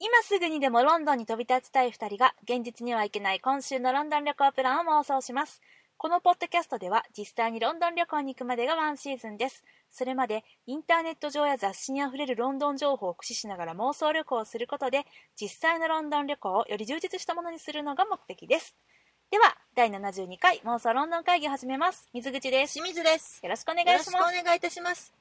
今すぐにでもロンドンに飛び立ちたい2人が現実には行けない今週のロンドン旅行プランを妄想しますこのポッドキャストでは実際にロンドン旅行に行くまでがワンシーズンですそれまでインターネット上や雑誌にあふれるロンドン情報を駆使しながら妄想旅行をすることで実際のロンドン旅行をより充実したものにするのが目的ですでは第72回妄想ロンドン会議を始めます水口です清水です。よろしくお願よいろししくおます願いいたします。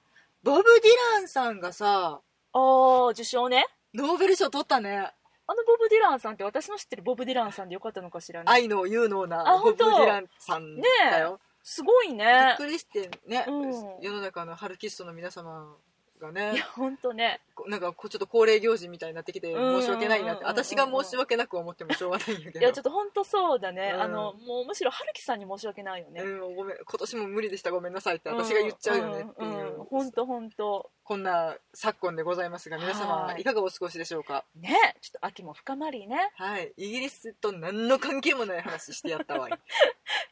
ボブ・ディランさんがさ、おー受賞ねノーベル賞取ったね。あのボブ・ディランさんって私の知ってるボブ・ディランさんでよかったのかしらね愛の有能なあ本ボブ・デ当ィランさんだよ。すごいびねっくりしてね、うん世の中のハルキストの皆様がい ねや、ほんとねこなんかこうちょっと恒例行事みたいになってきて申し訳ないなうんうんうんって、うんうん私が申し訳なく思ってもしょうがないんだけど。いやちょっとほんとそうだね、うんあのもうむしろ春樹さんに申し訳ないよね、うんごめん今年も無理でしたごめんなさいって私が言っちゃうよねっていう、んんんほんとほんとこんな昨今でございますが皆様はいいかがお過ごしでしょうかねちょっと秋も深まりねはいイギリスと何の関係もない話してや ったわい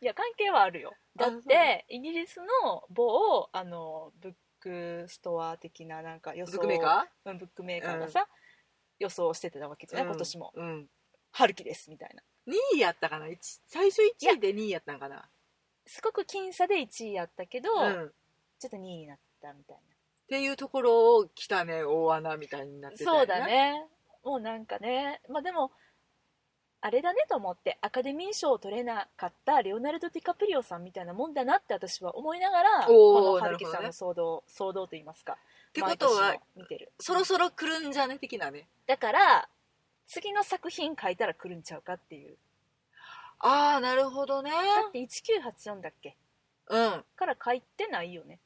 や関係はあるよだっあそうなてイギリスの某あのブックストア的ななんか予想ブックメーカうんブックメーカーがさ、予想してたわけじゃー、なうい、ん今年もうん、春樹ですみたいな2位やったかな一最初1位で2位やったんかなすごく僅差で1位やったけど、うんっちょっと2位になったみたいていうところを来たね大穴みたいになっなてたよそうだねもうなんかねまあでもあれだねと思ってアカデミー賞を取れなかったレオナルド・ディカプリオさんみたいなもんだなって私は思いながらおーこのな春る樹ほどねさんの騒動、騒動といいますかってことは毎年の見てるそろそろ来るんじゃね的なねだから次の作品書いたら来るんちゃうかっていうああなるほどねだって1984だっけうんから書いてないよね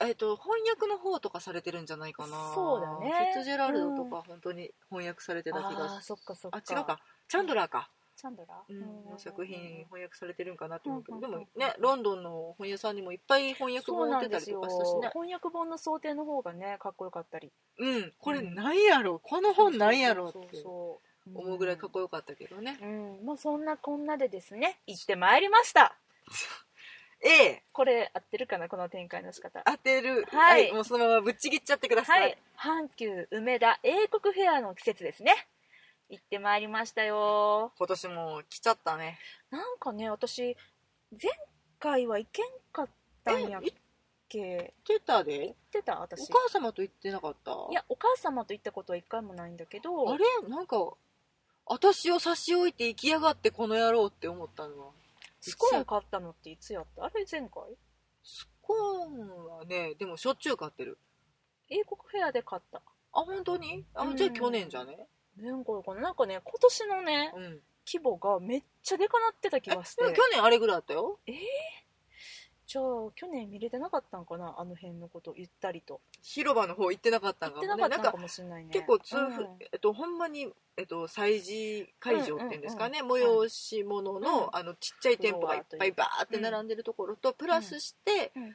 えっと翻訳の方とかされてるんじゃないかなそうだねフィッツジェラルドとか本当に翻訳されてた気がすあるあそっかそっあか違うかチャンドラーか、チャンドラうん、の作品翻訳されてるんかなと思うけど、うんでうんうんもねロンドンの本屋さんにもいっぱい翻訳そう本売っなてんたですりとよかしたしね翻訳本の想定の方がねかっこよかったりうんこれなんやろこの本なんやろっそうそうてそう思うぐらいかっこよかったけどね、うんまあそんなこんなでですね行ってまいりましたええこれ合ってるかなこの展開の仕方当てるはいもうそのままぶっちぎっちゃってください、はい阪急梅田英国フェアの季節ですね行ってまいりましたよ今年も来ちゃったねなんかね私前回は行けんかったんやっえ行っけてたで行ってたお私母様と行ってなかったいやお母様と行ったことは一回もないんだけどあれなんか私を差し置いて行きやがってこの野郎って思ったのはスコーン買ったのっていつやったあれ前回スコーンはねでもしょっちゅう買ってる英国フェアで買ったあ本当にあ、うんじゃあ去年じゃね前回かななんかね今年のねうんえ規模がめっちゃでかなってた気でもがして去年あれぐらいあったよじゃあ去年見れてなかったんかなあの辺のことゆったりと広場の方行ってなかった行んっかてもなねかったなのんかかもしれないね結構通風、うんえっと、ほんまに、えっと、催事会場っていうんですかね、催しう物の,、んあのちっちゃい店舗がいっぱいバーって並んでるところと、プラスして、うん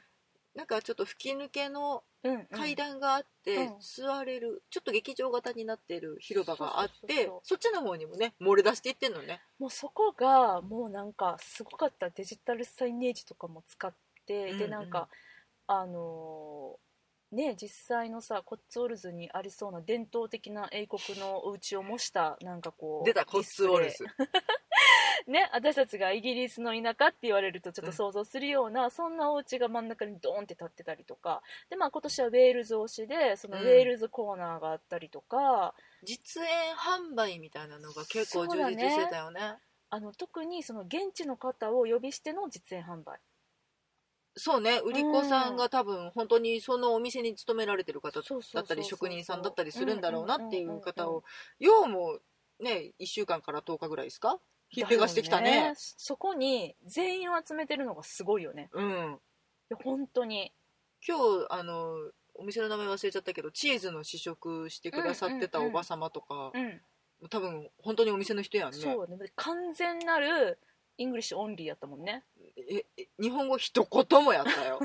なんかちょっと吹き抜けのうんうん階段があって、うん座れるちょっと劇場型になってる広場があってそそうそうそうそうっちの方にもね漏れ出していってんのねもうそこがもうなんかすごかったデジタルサイネージとかも使って、うんうでんなんかあのーね実際のさコッツウォルズにありそうな伝統的な英国のお家を模したなんかこう出たコッツウォルディスズプレイね私たちがイギリスの田舎って言われるとちょっと想像するような、そんなお家が真ん中にドーンって立ってたりとかでまあ今年はウェールズ推しでそのウェールズコーナーがあったりとか、実演販売みたいなのが結構充実してたよねあの特にその現地の方を呼びしての実演販売そうね売り子さんが多分本当にそのお店に勤められてる方そうそうそうそうだったり職人さんだったりするんだろうなっていう方うんうんうんうんをようもね1週間から10日ぐらいですかひっぺがしてきただよねそこに全員を集めてるのがすごいよねうんいや本当に今日あのお店の名前忘れちゃったけどチーズの試食してくださってたうんうんおうんば様とか、うん多分本当にお店の人やんねそうね完全なるイングリッシュオンリーやったもんねええ日本語一言もやったよ、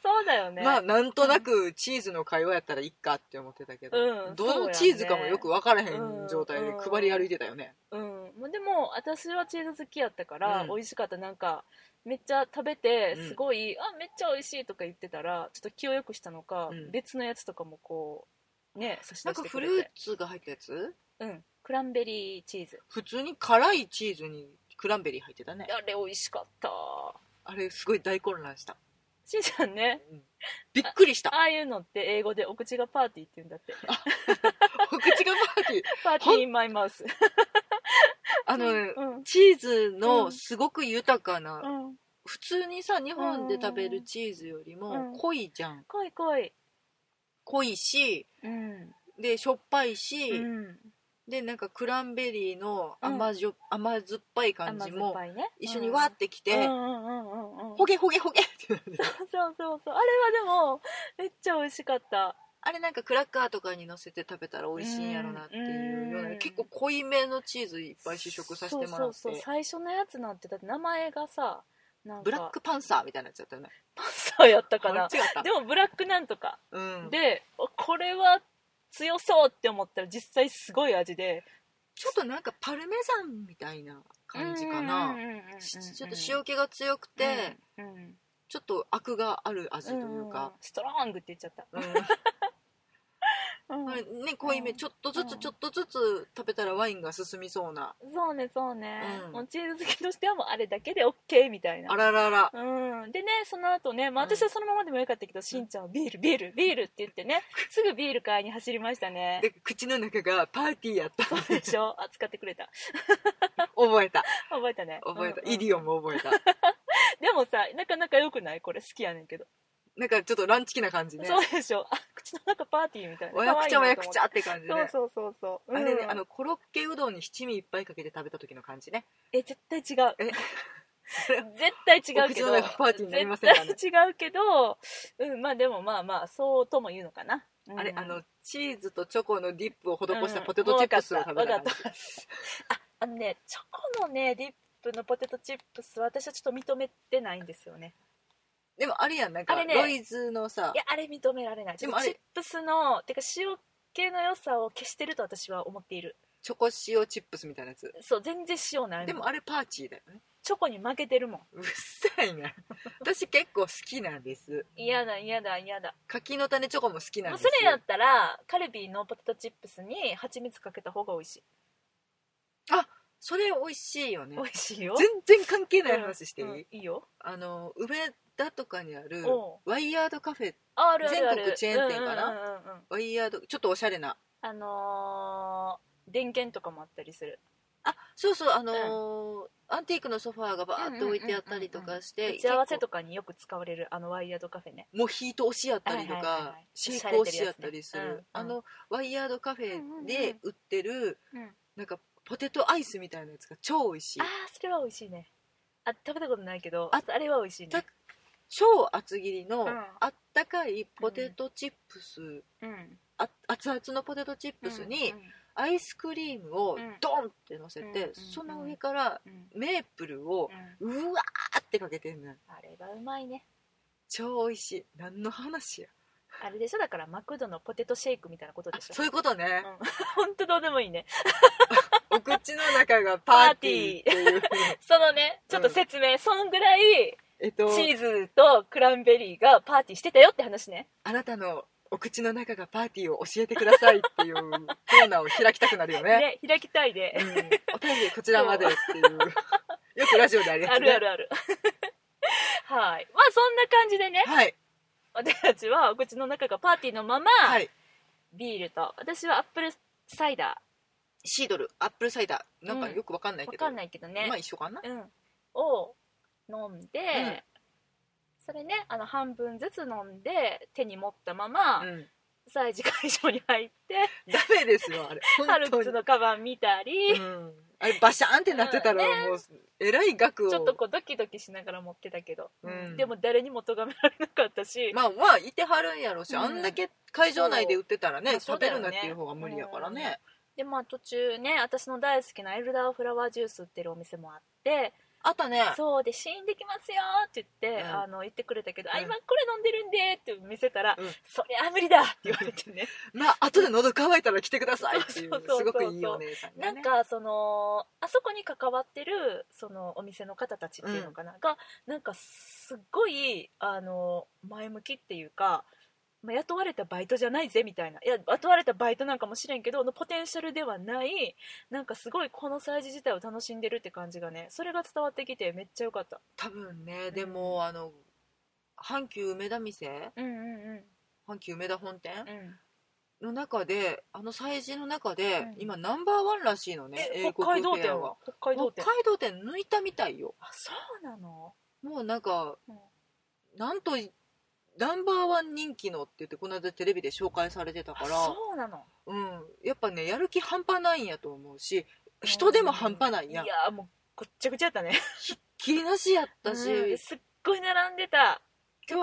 そうだ よねまあなんとなくチーズの会話やったらいっかって思ってたけど、うんどのチーズかもよく分からへん状態でうん配り歩いてたよね、うんまあでも私はチーズ好きやったから、うん美味しかったなんかめっちゃ食べてうんすごい、あめっちゃ美味しいとか言ってたらちょっと気を良くしたのか、うん別のやつとかもこうね差しな出んかしてフくルれーてツが入ったやつうんクランベリーチーズ普通に辛いチーズにクランベリー入ってたねあれ美味しかったあれすごい大混乱した、しーちゃんねうんびっくりしたああいうのって英語でお口がパーティーって言うんだってお口がパー ティーパーティーインマイマウスあのね うんチーズうのんすごく豊かな、うん普通にさ日本で食べるチーズよりうんも濃いじゃん濃い濃い濃いしうんでしょっぱいし、うんでなんかクランベリーの甘じょ、甘酸っぱい感甘じ酸っもぱいね一緒にわーってきて、うんうんうんうんうんうんほげほげほげってなるそうそうそうあれはでもめっちゃ美味しかったあれなんかクラッカーとかにのせて食べたら美味しいんやろなっていうような、うん結構濃いめのチーズいっぱい試食させてもらってそうそうそう最初のやつなんてだって名前がさなんかブラックパンサーみたいなやつだったよねパンサーやったかあなれ違ったでもブラックなんとか、うん、でこれは強そうって思ったら実際すごい味でちょっとなんかパルメザンみたいな感じかな、うんうんうんうんうんしちょっと塩気が強くて、うんうんちょっとアクがある味というか、ストロングって言っちゃった、うんうんあれね濃いめうんちょっとずうつんちょっとずつ食べたらワインが進みそうなそうねそうね、うんもうチーズ好きとしてはもうあれだけで OK みたいなあらららうん、でねその後ね、まあ、うん私はそのままでもよかったけど、しんちゃんはビールビールビールって言って ねすぐビール買いに走りましたねで口の中がパーティーやったそうでしょ扱ってくれた覚えた覚えたね覚えた、うんうんイディオンも覚え たでもさなかなかよくないこれ好きやねんけど、なんかちょっとランチキな感じねそうでしょあ口の中パーティーみたいなおやくち可ゃお愛いやなくとちゃって感じね思ってそうそうそうそう、うんあれねあのコロッケうどんに七味いっぱいかけて食べた時の感じねえ絶対違うえ 絶対違うけお口のど中パーティーになりませんかね絶対違うけど、うん、まあでもまあまあそうとも言うのかな、うんあれあのチーズとチョコのディップを施したうんポテトチップスを食べたわ感かじっ、あのねチョコのねディップのポテトチップス私はちょっと認めてないんですよねでもあれやんなんかあれねロイズのさいやあれ認められないちでょっもとあチれップスのてか塩系の良さを消してると私は思っているチョコ塩チップスみたいなやつそう全然塩ないでもあれパーチーだよねチョコに負けてるもんうっさ いな私結構好きなんです嫌だ嫌だ嫌だ柿の種チョコも好きなんもうですそれやったらカルビーのポテトチップスに蜂蜜かけた方が美味しいそれ美味しいよね美味しいよ全然関係ない話していい、うんうんいいよあの梅田とかにあるおうワイヤードカフェああるあるある全国チェーン店かなうんうんうんうんワイヤードちょっとおしゃれなあのー電源とかもあったりするあそうそうあのーアンティークのソファーがバーって置いてあったりとかして打ち合わせとかによく使われるあのワイヤードカフェね結構モヒート押しやったりとはいはいはいはかいシェイク押しやったりすおしゃれてるやつねるうんあうんのワイヤードカフェで売ってるうんうんうんなんかポテトアイスみたいなやつが超美味しいああそれは美味しいねあ食べたことないけどあああれは美味しいねた超厚切りのうんあったかいポテトチップスうんあ熱々のポテトチップスにうんアイスクリームをうんドンってのせうんうんてその上からうんメープルをうんうわーってかけてんのあれはうまいね超美味しい何の話やあれでしょだからマクドのポテトシェイクみたいなことでしょそういうことねうんほんとどうでもいいねお口の中がパーティーっていうそのねちょっと説明、そんぐらいえっと チーズとクランベリーがパーティーしてたよって話ねあなたのお口の中がパーティーを教えてくださいっていうコーナーを開きたくなるよねね開きたいで、うん、お便りこちらまでって いうよくラジオでありがあとうるあるある はいまあそんな感じでねはい私たちはお口の中がパーティーのまま、はいビールと私はアップルサイダシードルアップルサイダーなんかよくわかんなーいけわど、かんないけどね、まあ一緒かなうん、を飲んで、んそれねあの半分ずつ飲んで手に持ったままうん催事会場に入ってダメですよあれハ本ルク当にス、のカバン見たり、うん、あれバシャーンってなってたらもうえらい額をちょっとこうドキドキしながら持ってたけど、うんでも誰にも咎められなかったし、まあまあいてはるんやろうし、うんあんだけ会場内で売ってたらね、そう食だべよるねなっていう方が無理やからね、でまあ途中ね私の大好きなエルダーフラワージュース売ってるお店もあってあとねそうで試飲できますよって言って、うんあの言ってくれたけど、あうん今これ飲んでるんでって見せたら、うんそりゃ無理だって 言われてねまあ後で喉乾いたら来てくださいっていうそうそうそうそうすごくいいお姉さんながんねかそのあそこに関わってるそのお店の方たちっていうのかな、がなんかすっごいあの前向きっていうかまあ、雇われたバイトじゃないぜみたいないや雇われたバイトなんかもしれんけどのポテンシャルではないなんかすごいこの催事自体を楽しんでるって感じがねそれが伝わってきてめっちゃ良かった多分ねでも、あの阪急梅田店うんうんうん阪急梅田本店うんの中であの催事の中で、うん今ナンバーワンらしいのねえ英北国海道フェア店はは北海道北店海道店抜いたみたいよあそうなのもうなんか、うんなんとナンバーワン人気のって言ってこの間テレビで紹介されてたあからそうなのうん、やっぱねやる気半端ないんやと思うし人でも半端ないいややんーもうごっちゃごちゃやったね切りなしやったし、うんフすっごい並んでた今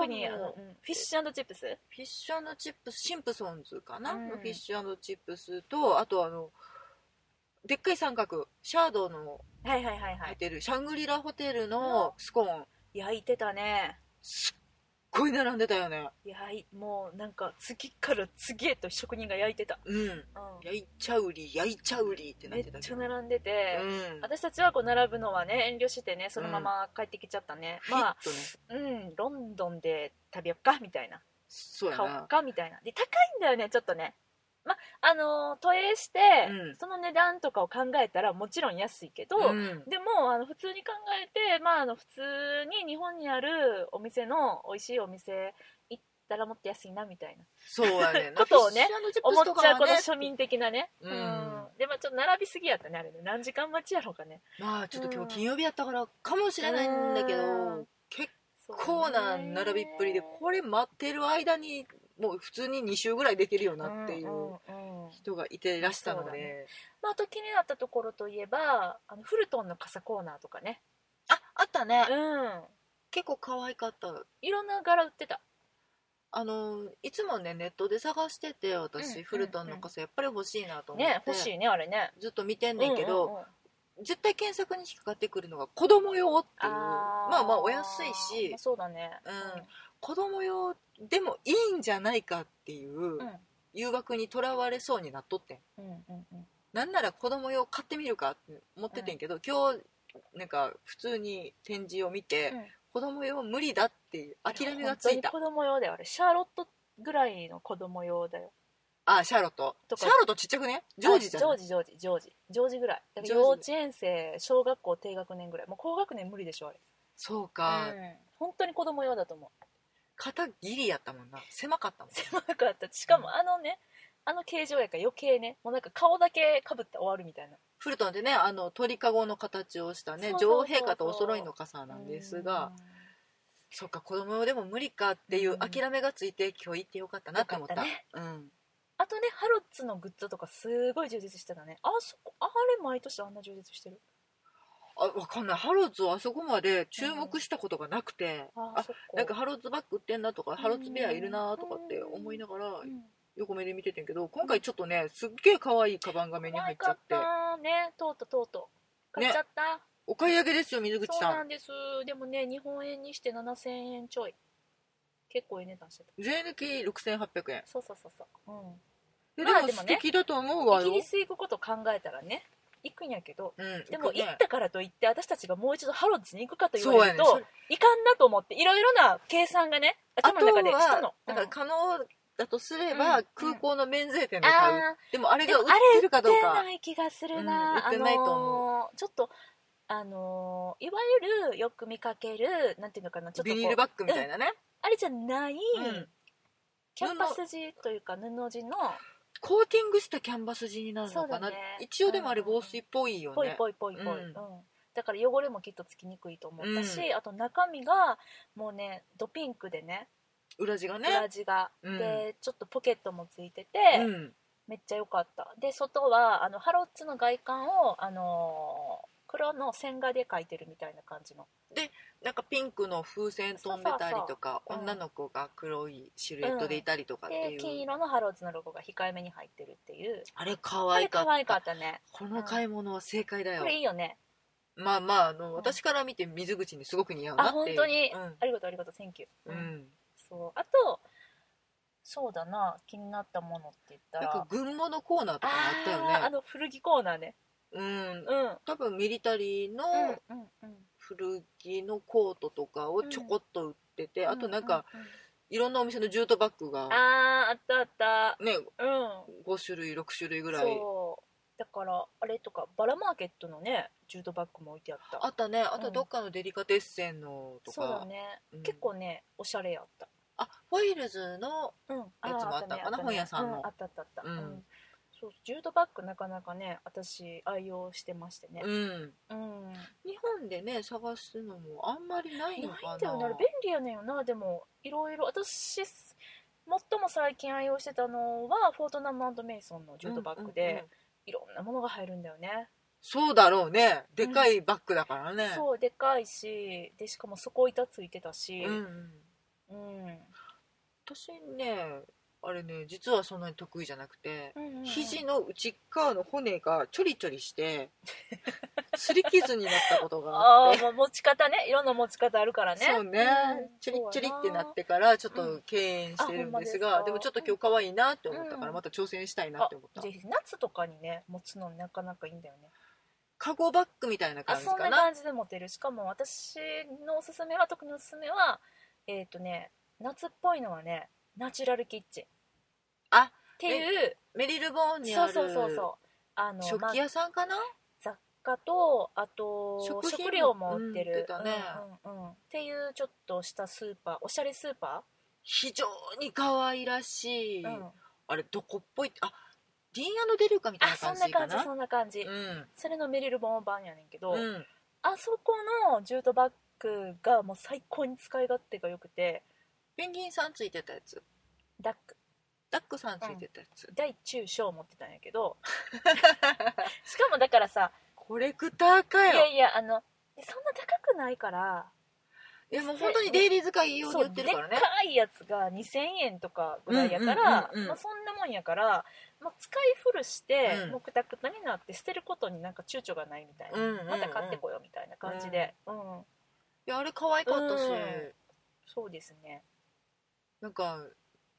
特日もにあの、うんフィッシュチップスィッシュチップスシンプソンズかな、うんフィッシュチップスとあとあのでっかい三角シャードのはいはいはいはホいテル、シャングリラホテルのスコーン焼いてたねすっごい並んでたよね焼いもうなんか次から次へと職人が焼いてた、うんう焼いちゃうり焼いちゃうりってん、なっめってたけちゃど並んでて、うん私たちはこう並ぶのはね遠慮してねそのまま帰ってきちゃったね、まあフィットねうんロンドンで食べよっかみたいなそうや買おっなかみたいなで高いんだよねちょっとねまあのー都営して、うんその値段とかを考えたらもちろん安いけど、うんでもあの普通に考えて、まあ、あの普通に日本にあるお店の美味しいお店行ったらもっと安いなみたいなそうやねんなことをねフィッシュチップ思っスとちかゃはうねこの庶民的なね、うんでまあちょっと並びすぎやったねあれね何時間待ちやろうかねまあちょっと今うん日金曜日やったからかもしれないんだけうんど結構なそうね並びっぷりでこれ待ってる間にもう普通に2周ぐらいできるよなっていんんうん人がいてらしたのそうだねでまあ、あと気になったところといえばあのフルトンの傘コーナーとかねああったねうん結構可愛かったいろんな柄売ってたあのいつもねネットで探しててうんうんう私んフルトンの傘やっぱり欲しいなと思ってね欲しいねあれねずっと見てんねんけうんうどんうん絶対検索に引っかかってくるのが子供用っていうあーまあまあお安いしまあそうだね子供用でもいいんじゃないかっていううん誘惑にとらわれそうになっとってんうんうんうんなんなら子供用買ってみるかって思っててんけど、今日なんか普通に展示を見て、うん子供用無理だっていう諦めがついた本当に子供用だよあれシャーロットぐらいの子供用だよあシャーロットとかシャーロットちっちゃくねジョージじゃあなジいョージジョージジョージジョージぐらいだからジョージ幼稚園生小学校低学年ぐらいもう高学年無理でしょあれそうか、うん本当に子供用だと思う 肩ギリやったもんな狭かったもん狭かったしかもあのねあの形状やから余計ねもうなんか顔だけかぶって終わるみたいなフルトンってねあの鳥かごの形をしたねそう女そ王うそうそう陛下とお揃いの傘なんですがそっか子供用でも無理かっていう諦めがついて今日行ってよかったなって思ったよかっうんあとねハロッツのグッズとかすごい充実してたねあそこあれ毎年あんな充実してるあわかんないハローズをあそこまで注目したことがなくて、ああそこなんかハローズバッグ売ってんなとか、ハローズベアいるなとかってうん思いながらうん横目で見ててんけど今回ちょっとねすっげえ可愛いカバンが目に入っちゃって可愛かったねとうとうとうとう買っちゃった、お買い上げですよ水口そうなさんですでもね日本円にして7000円ちょい結構ええ値段してたん税抜き6800円そうそうそうそう、えまあででもも素ね敵だと思ううん、わイよギリス行くこと考えたらね行くんやけどうんでもいい行ねったからといって私たちがもう一度ハロッズに行くかと言そうわやれるねと、それいかんなと思っていろいろな計算がねあ頭との中でしたのは、だから可能だとすれば、うん空港の免税店で買う、あでもあれでがも売っあれてるかどう売ってかない気がするうんな、売ってないとあのーちょっとあのーいわゆるよく見かけるなんていうのかなちょっとこビうニールバッグみたいなね、あれじゃない、うんキャンパス地というか布地のコーティングしたキャンバス地になるのかな、そうだね一応でもあれ防水っぽいよねぽいぽいぽいぽい、うんうんだから汚れもきっとつきにくいと思ったし、うあと中身がもうねドピンクでね裏地がね裏地が、うんでちょっとポケットもついてて、うん、めっちゃ良かったで外はあのハロッツの外観を、あのー黒の線画で描いてるみたいな感じのなんかピンクの風船飛んでたりとかそうそうそううん女の子が黒いシルエットでいたりとかってでいう、金色のハローズのロゴが控えめに入ってるっていうあれ可こ愛れかっ可た愛かったねこの買い物は正解だよこ、れいいよねまあまああの、ん私から見て水口にすごく似合うなあって本いう当に、うんありがとうありがとうセンキュー、うんそうあとそうだな気になったものって言ったなんらか群馬のコーナーとかもあったよあーあねの古着コーナーねうんうん多分ミリタリーのうんうん古着のコートとかをちょこっと売ってて、あとなんか、うんうんいろんなお店のジュートバッグがあーあったあっねたうん5種類6種類ぐらいそうだからあれとかバラマーケットのねジュートバッグも置いてあったあったねあうとんどっかのデリカテッセンのとか、そうだね、うん結構ねおしゃれやったあフォイルズのうんーやつもあったねかなね本屋さんのうあったあったあった、うんそうジュートバッグなかなかね私愛用してましてねうんうん、日本でね探すのもあんまりないのないかんだなよねあれ便利やねんよなでもいろいろ私最も最近愛用してたのはフォートナムメイソンのジュートバッグで、うんうんうんいろんなものが入るんだよねそうだろうねでかいバッグだからね、そうでかいしでしかも底板ついてたしうんうんうん、私ねあれね実はそんなに得意じゃなくて、うんうん肘の内っ側の骨がちょりちょりして 擦り傷になったことがああっあてー、まあ、持ち方ねいろんな持ち方あるからねそうね、んチョリチョリってなっそてからちょっと敬遠してるうんあほんですが、んまですかでもちょっと今日可愛いなって思ったかうらんまた挑戦したいうなやなって思った、あぜひ夏とかにね持つのなかなかいいんだよねカゴバッグみたいなあ感じそんかなな感じで持てるしかも私のおすすめは特におすすめはえっ、とね夏っぽいのはねナチュラルキッチンっあていうメリルボーンにそあうるそうそうそうあの食器まあ屋さんかな、雑貨とあと食食品料も売ってる、うん売ってたねうんうんうんっていうちょっとしたスーパーおしゃれスーパ非常に可愛らしい、ー、うん、あれどこっぽいあディーンデルカみたいあなそ感んなじか感なじそんな感じ、それのメリルボーン版やねんけど、うん、うん、あそこのジュートバッグがもう最高に使い勝手が良くてペンギンさんついてたやつダックダックさんついてたやつ、 大中小持ってたんやけどしかもだからさコレクターかいやよいやあのそんな高くないからいやもう本当にデイリー使い用に売ってるからねそうでっかいやつが2000円とかぐらいやから、うんうんうんうんまあ、そんなもんやから、まあ、使い古して、うんもうくたくたになって捨てることになんか躊躇がないみたいな、うんうんうんまた買ってこようみたいな感じで、うんいやあれ可愛かったし、うんそうですねなんか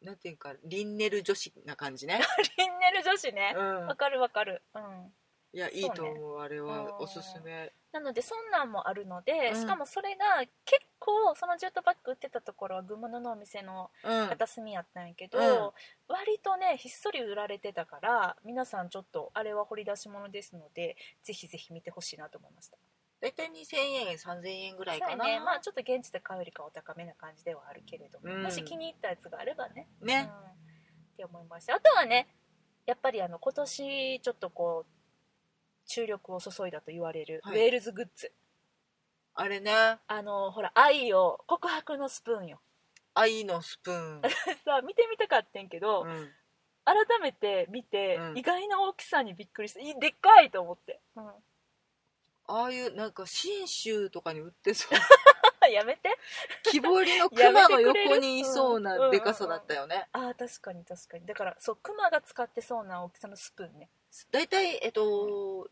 なんていうかリンネル女子な感じ ね、リンネル女子ねうわん、かるわかるうんいやいいと思うあれうんはおすすめなのでそんなんもあるので、うんしかもそれが結構そのジュートバッグ売ってたところは群馬のお店のうん片隅やったんやけど、うん割とねひっそり売られてたから皆さんちょっとあれは掘り出し物ですのでぜひぜひ見てほしいなと思いました大体2000円3000円ぐらいそうかやなねまあちょっと現地で買うよりかはお高めな感じではあるけれども、うんもし気に入ったやつがあればね、うん、っねて思いましたあとはねやっぱりあの今年ちょっとこう注力を注いだと言われるウはいェールズグッズ、あれねあのほら愛を告白のスプーンよ 愛のスプーン、さあ見てみたかってんけど、うん改めて見て、うん意外な大きさにびっくりしたいでっかいと思って、 うん、ああいうなんか信州とかに売っ てそうやめて木彫りのやめ熊てのくれる横にいそううんうんうんうなんでかさだったよねあー確かに確かにだからそうクマが使ってそうな大きさのスプーンね大体えっと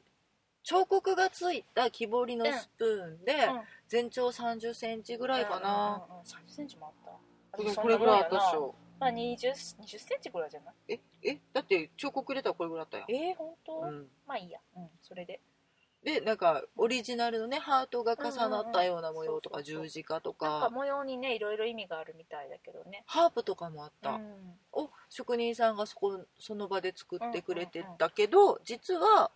彫刻がついた木彫りのスプーンでん全長3 0ンチぐらいかな、うんうんうん3 0ンチもあったうんこれぐらいあったっしょまあ2 0センチぐらいじゃないええだって彫刻入れたらこれぐらいあったよ、えー、本当、うん、まあいいや、うん、それででなんかオリジナルのねハートが重なったような模様とうかんうんうん十字架となんかか模様にねいろいろ意味があるみたいだけどねハープとかもあっうた、んを職人さんがそこその場で作ってくれてたけど、実は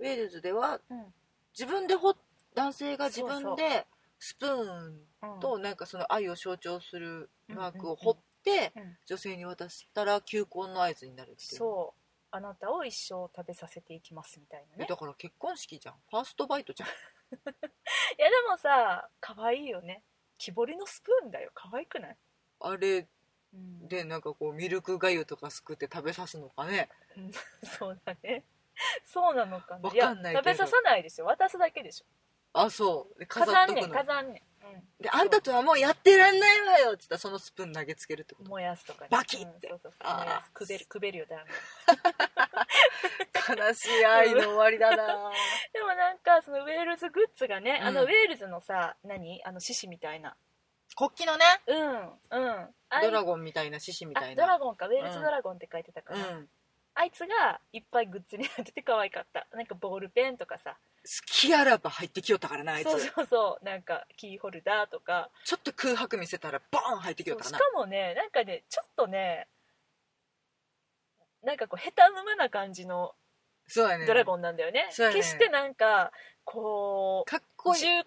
ウェールズではうん自分で彫男性が自そう分そでスプーンうんとなんかその愛を象徴するマークうんをうん彫ってうん女性に渡したら求婚の合図になるっていうそうあなたを一生食べさせていきますみたいなえねだから結婚式じゃんファーストバイトじゃんいやでもさ可愛いよね木彫りのスプーンだよ可愛くない、あれうん、でなんかこうミルクがゆとかすくって食べさすのかねそうだねそうなのかなわかんないやけ食どべささないでしょ渡すだけでしょあそうで飾飾っんとねくんの飾んねん、うんであんたとはもうやってらんないわよっつったらそのスプーン投げつけるってこ と燃やすとかねバキッてうんそうそうそうあー燃やすくべるくべるよだんだん悲しい愛の終わりだなでもなんかそのウェールズグッズがね、うんあのウェールズのさ何あの獅子みたいな 国旗のねうんうんああいうドラゴンみたいな獅子みたいあドなラゴンかウェールズドラゴンって書いてたかうら、んあいつがいっぱいグッズになってて可愛かったなんかボールペンとかさきあらば入ってきよったからなあいつそうそうそうなんかキーホルダーとかちょっと空白見せたらボーン入ってきよったそうかしらかなもねなんかねちょっとねなんかこう下手沼な感じのそうやねドラゴンなんだよね,、そうやね決してなんかこうかっこいい重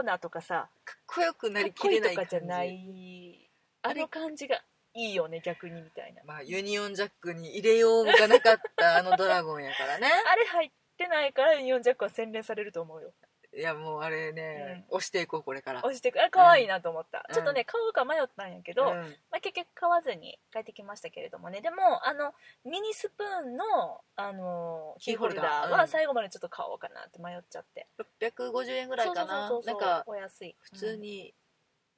厚なとかさかっこよくかなっりきこいれいとないか感じゃないあの感じがいいよね逆にみたいなまあ、ユニオンジャックに入れようがなかったあのドラゴンやからねあれ入ってないからユニオンジャックは洗練されると思うよいやもうあれね、押していこうこれから、押してくあ可愛いなと思った、うんちょっとね買おうか迷ったんやけど、うんまあ、結局買わずに帰ってきましたけれどもねでもあのミニスプーンの、あのーキキーーホホルルダダーーうはん最後までちょっと買おうかなって迷っちゃって650円ぐらいかなそうそうそうそうなんかお安い普通に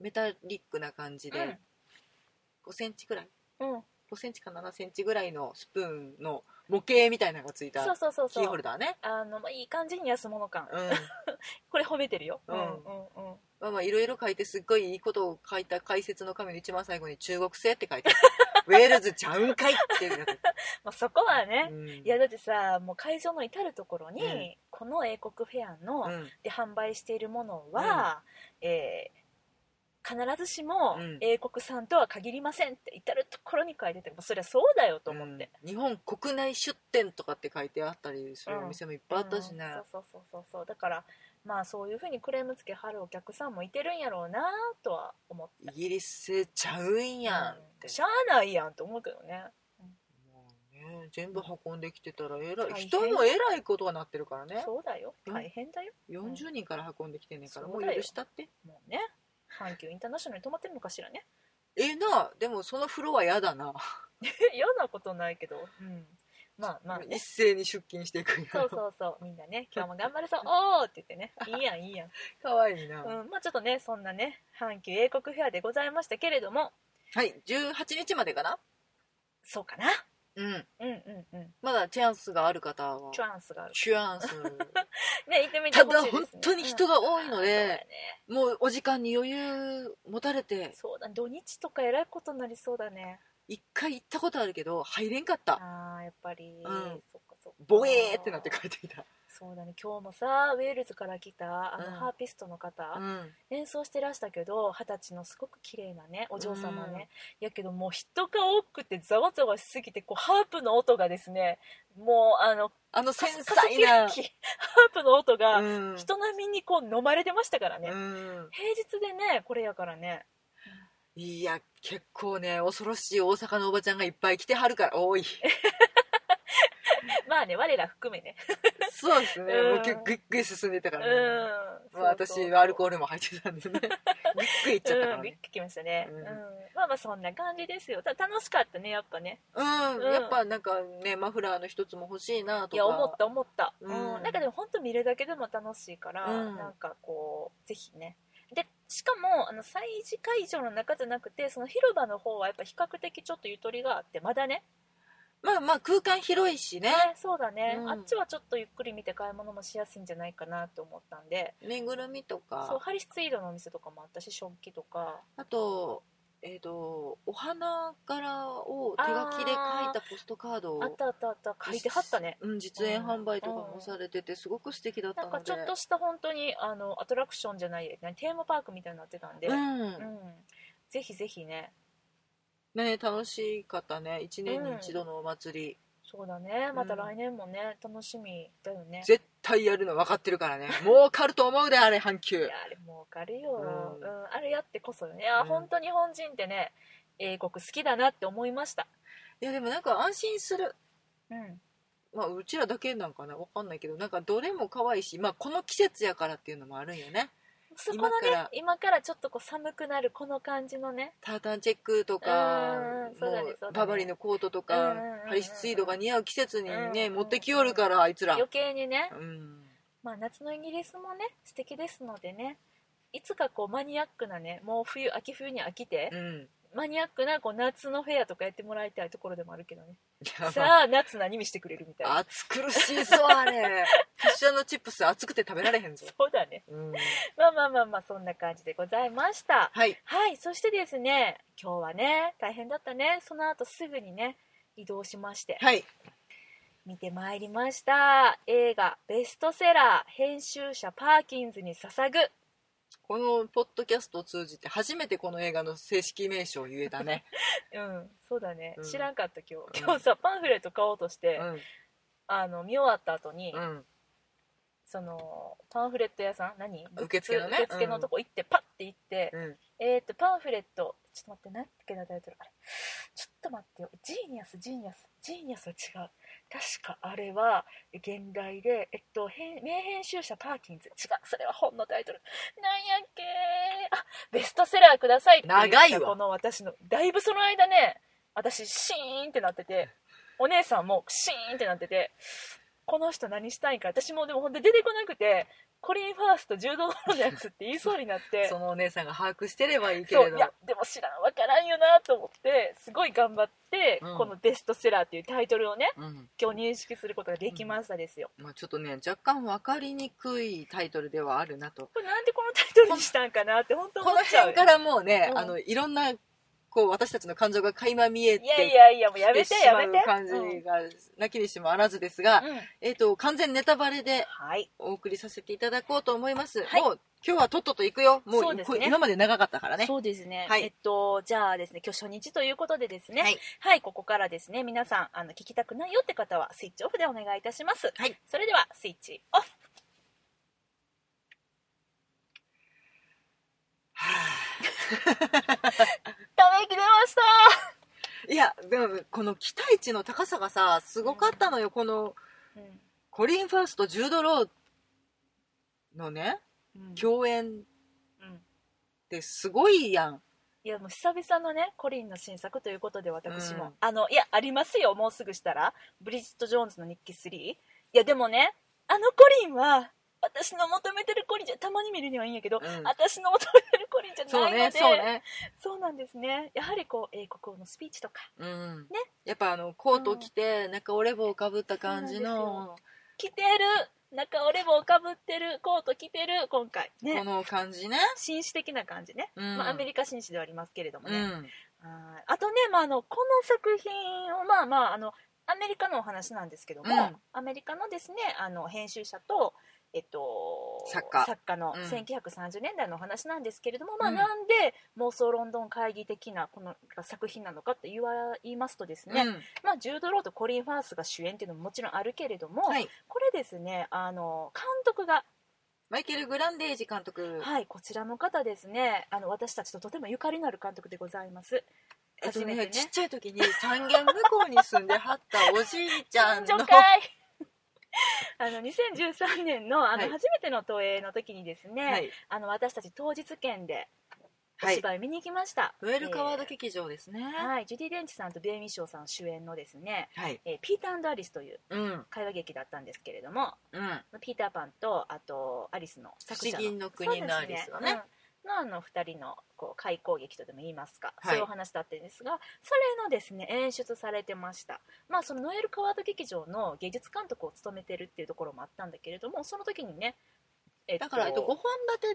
メタリックな感じで、5センチくらいうん、うん5センチか7センチぐらいのスプーンの模型みたいなのがついそうたそうそうキそーホうルダーねあの、まあ、いい感じに安物感うんこれ褒めてるようんうんまあまあいろいろ書いてすっごいいいことを書いた解説の紙の一番最後に中国製って書いてあ るウェールズちゃうんかいっていうやまあ、そこはねつ、、うん、いやだってさもう会場の至る所に、うんこの英国フェアの、うんで販売しているものは、えー必ずしもうん英国産とは限りませんって至る所に書いててもうそりゃそうだよと思って、うん日本国内出店とかって書いてあったりするお店もいっぱいあったしね、うんそうそうそうそうそうだからまあそういうふうにクレームつけはるお客さんもいてるんやろうなとは思ってイギリス製ちゃうんやんって、しゃあないやんと思うけどねもうね全部運んできてたらえら大い変人もえらいことがなってるからねそうだようん大変だよ、 40人から運んできてんねんから、そうもだうよ許したってもうね阪急インターナショナルに泊まってるのかしらね ええなあでもそのフロアやだな、嫌なことないけど、うん、まあ まあね一斉に出勤していくんやそうそうそうみんなね今日も頑張る ぞおーって言ってねいいやんいいやん、かわいいな、うん、まあちょっとねそんなね阪急英国フェアでございましたけれどもはい18日までかなそうかなうんうんうんうんまだチャンスがある方はチャンスがあるチャンスね行ってみてたほしだいです、ね、本当に人が多いうんそのうだでね、もうお時間に余裕持たれてそうだね土日とかえらいことになりそうだね一回行ったことあるけど入れんかったああやっぱり、んそっかそっかボエーってなって帰ってきた、そうだね今日もさウェールズから来たあうんのハーピストの方、うん演奏してらしたけど二十歳のすごく綺麗なねお嬢様ね、やけどもう人が多くてざわざわしすぎてこうハープの音がですねもうあのあのカ繊スカス細なキラキラ ハープの音がうん人並みにこう飲まれてましたからね、うん平日でねこれやからねいや結構ね恐ろしい大阪のおばちゃんがいっぱい来てはるから多いまあね我ら含めね そうですね、うんもうぐぐっぐい進んでたかうんらね、まあ、私はアルコールも入ってたんで ねぐっぐいいっちゃったかうらん、びっねくりきましたね、ううんんまあまあそんな感じですよただ楽しかったねやっぱねうん、うんやっぱなんかねマフラーの一つも欲しいなとかいや思った思った、ううんんなんかでも本当見るだけでも楽しいから、うんなんかこうぜひねでしかもあの催事会場の中じゃなくてその広場の方はやっぱ比較的ちょっとゆとりがあってまだねまあまあ空間広いしねねそうだね、うんあっちはちょっとゆっくり見て買い物もしやすいんじゃないかなと思ったんでぬいぐるみとそうかハリスツイードのお店とかもあったし食器とかあとえっ、とお花柄を手書きで書いたポストカードをあったあったあった書いてはったねうん、実演販売とかもされててすごく素敵だったなのんでかちょっとした本当にあのアトラクションじゃない何テーマパークみたいになってたんで、ううんん、ぜひぜひねね楽しかったね一年に一度のお祭り、そうだねんまた来年もね、楽しみだよね絶対やるの分かってるからね儲かると思うであれ阪い急やあれ儲かるよ、ううんんあれやってこそよねいや、うん本当日本人ってね英国好きだなって思いましたいやでもなんか安心するうんまあうちらだけなんかな分かんないけどなんかどれも可愛いしまあこの季節やからっていうのもあるんよねそこのね今今かかららちょっとこう寒くなるこの感じのねタータンチェックとかうんそうだねもうそうだねババリのコートとか、うんうんうんうんハリスツイードが似合う季節にうんうんね、うん持ってきよるからあいつら余計にね、うんまあ、夏のイギリスもね素敵ですのでねいつかこうマニアックなねもう冬秋冬に飽きてう、んマニアックなこう夏のフェアとかやってもらいたいところでもあるけ どねやばいさあ夏何見してくれるみたいな暑苦しいそうあれピッシャーのチップス熱くて食べられへんぞ、そうだねうん、まあまあまあまあそんな感じでございましたはいはいそしてですね今日はね大変だったねその後すぐにね移動しましてはい見てまいりました映画「ベストセラー編集者パーキンズに捧ぐこのポッドキャストを通じて初めてこの映画の正式名称を言えたね、」うんそうだね、うん知らんかった今日うん今日さパンフレット買 おうとして、うんあの見終わった後に、うん、そのパンフレット屋さん何受付のね受付のとこ行ってパッて行って、うん、えーっとパンフレットちょっと待って何だっけなタイトルあれちょっと待ってよジーニアスジーニアスジーニアスは違う確かあれは現代でえっと編名編集者パーキンズ違うそれは本のタイトルなんやっけあベストセラーくださいって言った長いわこの私のだいぶその間ね私シーンってなっててお姉さんもシーンってなっててこの人何したいんか私もでもほんと出てこなくてコリン・ファースト柔道のやつって言いそうにな ってそのお姉さんが把握してればいいけそれうどいやでも知らんわからんよなと思ってすごい頑張って、うんこの「ベストセラー」っていうタイトルをねうん今日認識することができましたですよ、まあ、ちょっとね若干分かりにくいタイトルではあるなとこれなんでこのタイトルにしたんかなって本当こ思っのちゃう辺からもうね、うんあのいろんなこう私たちの感情が垣間見えていやいやいやもうやめてしやめまうて感じうんがなきにしもあらずですが、うんえっと完全ネタバレではいお送りさせていただこうと思います、はいもう今日はとっとと行くよもそううですねこれ今まで長かったからねそうですね、はいえっとじゃあですね今日初日ということでですねははい、い、ここからですね皆さんあの聞きたくないよって方はスイッチオフでお願いいたします、はい、それではスイッチオフため息出ましたいやでもこの期待値の高さがさすごかったのよ、このうんコリン・ファースとジュード・ローのねうん共演っうんてすごいやんいやもう久々のねコリンの新作ということで私も、うんあのいやありますよもうすぐしたらブリジット・ジョーンズの日記3いやでもねあのコリンは私の求めてるコリンじゃたまに見るにはいいんやけど、うん私の求めてるコリンじゃそうないのでねそうねそうなんですねやはりこう英国王のスピーチとかうんやっぱあのコート着て、なんか折れ棒かぶった感じの着てる中折れ棒かぶってるコート着てる今回こねの感じね紳士的な感じね、うんまあ、アメリカ紳士ではありますけれどもうね、んはいあとね、まあ、あのこの作品をまあまああのアメリカのお話なんですけども、うんアメリカのですねあの編集者と、えっと、作家のうん1930年代のお話なんですけれども、まあ、うんなんで妄想ロンドン会議的なこの作品なのかと言わ言いますとですね、まあ、ジュード・ローとコリン・ファースが主演っていうのももちろんあるけれども、うんはいこれですねあの監督が、マイケル・グランデージ監督はい、こちらの方ですねあの私たちととてもゆかりのある監督でございます。えっと初めてねねちっちゃい時に三軒向こうに住んではったおじいちゃん の近所 会あの2013年のあの、はい初めての投影の時にですね、はいあの私たち当日券でおはい芝居見に行きました、ウェルカワードえ劇場ですね、ーはい、ジュディ・デンチさんとベイ・ミッショーさん主演のですね、はいえーピーターアリスといううん会話劇だったんですけれどもうんピーター・パンとあとアリスの作者の不思議の国のアリスそうのねですうんのあの2人のこう開口劇とでも言いますか、はそいういうお話だったんですがそれのですね演出されてました、まあ、そのノエル・カワード劇場の芸術監督を務めてるっていうところもあったんだけれどもその時にね、えっだから、えっと、5本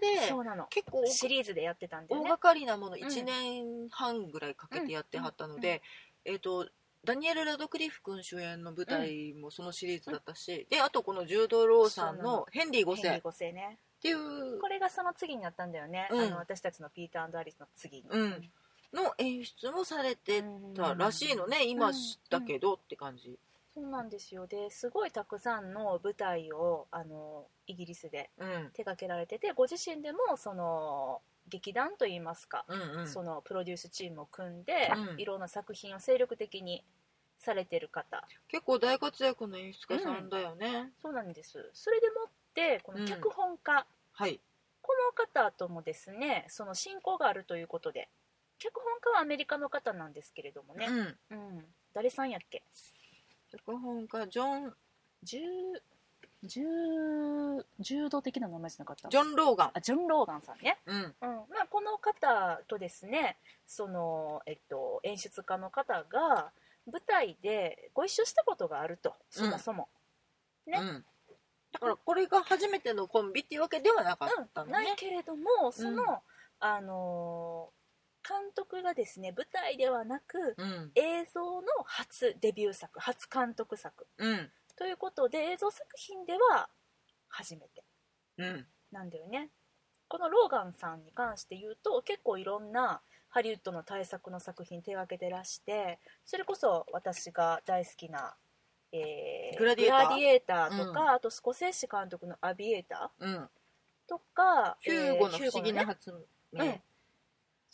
立てでそうなの結構シリーズでやってたんだ大よね掛かりなものん1年半ぐらいかけてやってはったので、えっとダニエル・ラドクリフ君主演の舞台もそのシリーズだったし、であとこのジュード・ローさそんうなのの「ヘンリー5ヘンリー世」っ五世ねていうこれがその次になったんだよね、うんあの私たちのピーターアリスの次に、うんの演出もされてたらしいのねう今ん知ったけどって感じ、そうなんですよですごいたくさんの舞台をあのイギリスでうんうん手掛けられててご自身でもその劇団といいますか、うんそのプロデュースチームを組んで、うんいろんな作品を精力的にされてる方結構大活躍の演出家さんだよね、そうなんですそれでもってこの脚本家、はいこの方ともですねその親交があるということで脚本家はアメリカの方なんですけれどもね、うんうん誰さんやっけ脚本家ジョン十十柔道的な名前じゃなかったジョン・ローガン、あジョン・ローガンさんねうんうんまあ、この方とですねその、えっと、演出家の方が舞台でご一緒したことがあるとそもそも、ねうん、だからこれが初めてのコンビっていうわけではなかったうのんね、ないけれどもその、あのー監督がですね舞台ではなくうん映像の初デビュー作初監督作うんということで映像作品では初めてうんなんだよねこのローガンさんに関して言うと結構いろんなハリウッドの大作の作品手がけてらしてそれこそ私が大好きな、えグラディエータグーラディエーターとか、あとスコセッシ監督の「アビエータうんー」とかヒューゴのえ不思議なヒューゴのね発明、うん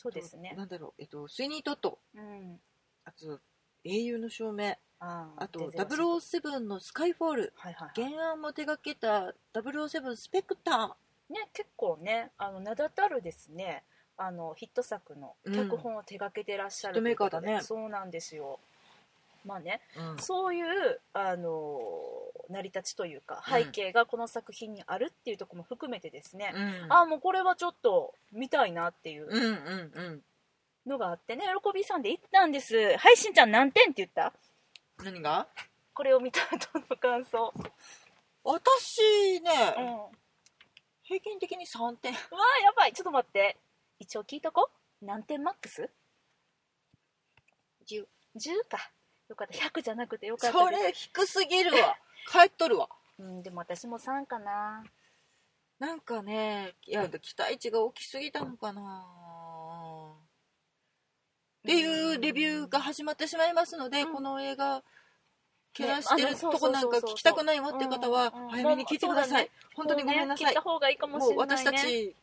そうですね、なんだろうえっとスイニートットうん、あと英雄の証明あーあと全然忘れた007のスカイフォールはいはいはい原案も手掛けた007スペクタね、結構ねあの名だたるですねあのヒット作の脚本を手掛けてらっしゃるうんヒットメーカーだねということでそうなんですよまあねー、うんそういうあの成り立ちというか背景がこの作品にあるっていうところも含めてですね、うん、ああもうこれはちょっと見たいなっていううんうんうんのがあってね喜びさんで行ったんですはいしんちゃん何点って言った何がこれを見た後の感想、私ね、うん、うわ平均的に3点ーやばいちょっと待って一応聞いとこ何点マックス10 10かよかった100じゃなくてよかったそですれ低すぎるわ帰っとるわうん、でも私も3かななんかねいや期待値が大きすぎたのかなっていうレビューが始まってしまいますので、うんこの映画ね怪我してあるのそうとこなんか聞きたくないわそうっそてうそう方はうんうん早めに聞いてください、本当にごめんもなうね、さ聞いいた方がいいかもしれもうない、ね、私たち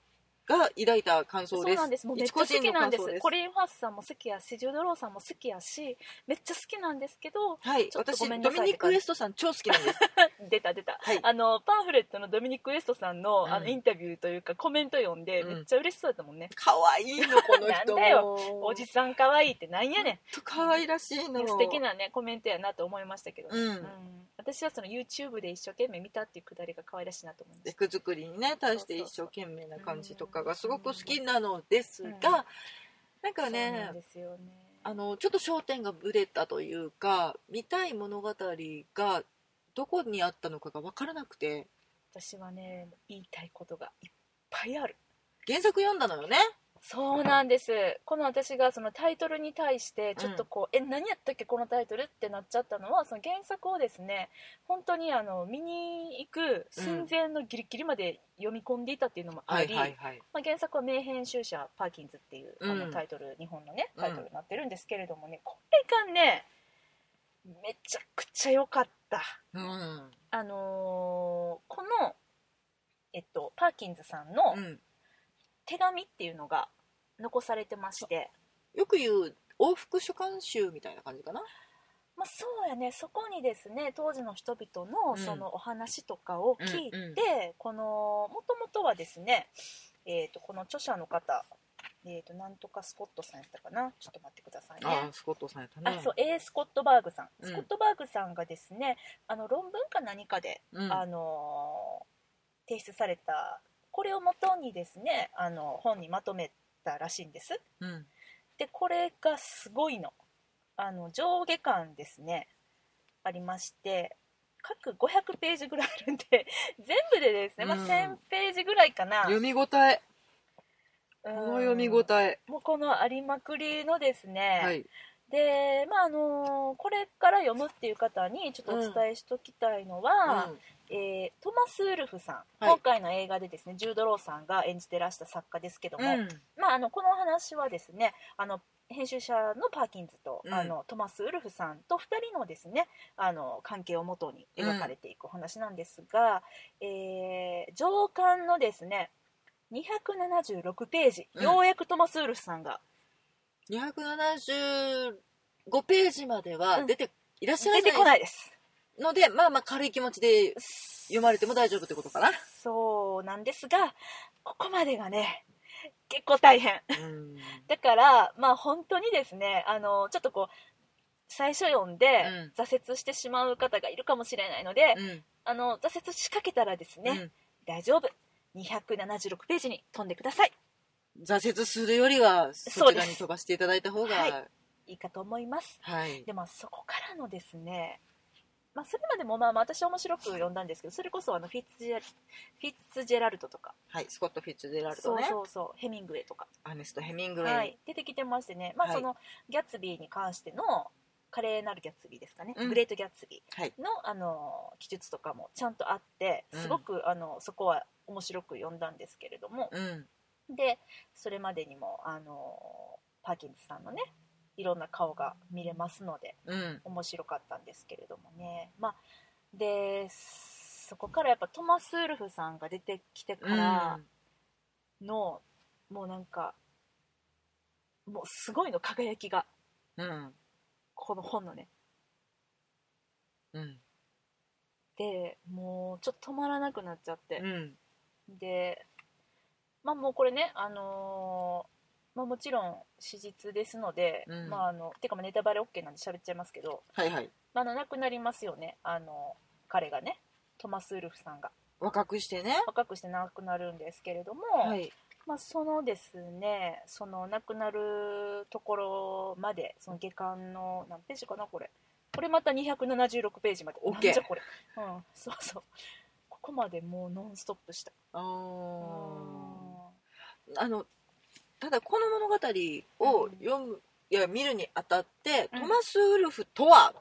が抱いた感想そうですなんですもうめっち一ゃ好個人きのなん感です想ですコリン・ファースさんも好きやしジュード・ローさんも好きやしめっちゃ好きなんですけどはいちょっとご私めんなドさいミニック・ウエストさん超好きなんです出た出た、 はいあのパンフレットのドミニック・ウエストさんの,、あのうんインタビューというかコメント読んで、うんめっちゃ嬉しそうだったもんね、可愛いのこのなん人だよもおじさん可愛いってなんやねと可愛らしいん、の素敵なねコメントやなと思いましたけど、うんうん私はその YouTube で一生懸命見たっていうくだりが可愛らしいなと思いました役作りにね対して一生懸命な感じとかがすごく好きなのですが、うんなんかそうねなんですよねあのちょっと焦点がぶれたというか見たい物語がどこにあったのかが分からなくて私はね言いたいことがいっぱいある原作読んだのよねそうなんですこの私がそのタイトルに対してちょっとこう、え何やったっけこのタイトルってなっちゃったのはその原作をですね本当にあの見に行く寸前のギリギリまで読み込んでいたっていうのもあり、はいまあ、原作は名編集者パーキンズっていうあうのんタイトル、日本のねうんタイトルになってるんですけれどもね、これがねめちゃくちゃ良かった。うんあのーこの、えっと、パーキンズさんのうん、手紙っていうのが残されてまして、よく言う往復書簡集みたいな感じかなまあ、そうやねそこにですね当時の人々のうんそのお話とかを聞いて、うんうんこのもともとはですね、えっとこの著者の方、えっとなんとかスコットさんやったかなちょっと待ってくださいね。あスコットさんやったあそう A スコットバーグさん、うんスコットバーグさんがですねあの論文か何かでうんあのー提出されたこれをもとにですねあの本にまとめたらしいんですうんでこれがすごいのあの上下巻ですねありまして各500ページぐらいあるんで 全部でですね、まあ、うん1000ページぐらいかな、読み応えここの読み応え、もうこのありまくりのですね、はいでまああのーこれから読むっていう方にちょっとお伝えしときたいのは、うんえートマス・ウルフさん、はい今回の映画でですねジュード・ローさんが演じてらした作家ですけども、うんまあ、あのこのお話はですねあの編集者のパーキンズと、うんあのトマス・ウルフさんと2人のですねあの関係をもとに描かれていくお話なんですが、えー上巻のですね276ページ、うんようやくトマス・ウルフさんが275ページまでは出ていらっしゃら出てこなないいです。ので、まあまあ軽い気持ちで読まれても大丈夫ってことかな。そうなんですがここまでがね結構大変。うんだから、まあ、本当にですねあのちょっとこう最初読んでうん挫折してしまう方がいるかもしれないので、うんあの挫折しかけたらですね、うん大丈夫276ページに飛んでください挫折するよりはそちらに飛ばしていただいた方が、ははいい、いいかと思いますでもそこからのですね、まあ、それまでもまあまあ私は面白く読んだんですけどそれこそあのフィッツジェラフィッツジェラルドとか、はい、スコット・フィッツジェラルそドうね、そうそうヘミングウェイとかアーネスト・ヘミングウェイ、はい、出てきてましてね、まあはいそのギャツビーに関しての華麗なるギャッツビーですかね、うんグレートギャッツビはいーのあの記述とかもちゃんとあってすごく、あのそこは面白く読んだんですけれども、うんでそれまでにもあのパーキンズさんのねいろんな顔が見れますのでうん面白かったんですけれどもね、まあ、でそこからやっぱトマス・ウルフさんが出てきてからの、もうなんかもうすごいの輝きがうんこの本のねうんでもうちょっと止まらなくなっちゃって、うんでまあもうこれねあのーまあ、もちろん史実ですので、うんまああのてかまあネタバレ OK なんで喋っちゃいますけど、はいはいまあ、あの亡くなりますよねあの彼がねトマス・ウルフさんが若くしてね若くして亡くなるんですけれども、はいまあ、そのですねその亡くなるところまでその下巻の何ページかなこれこれまた276ページまでオなッんケーじゃこれ、うん、そうそうここまでもうノンストップしたあうーんあのただこの物語を読む、いや見るにあたって、うんトマス・ウルフとは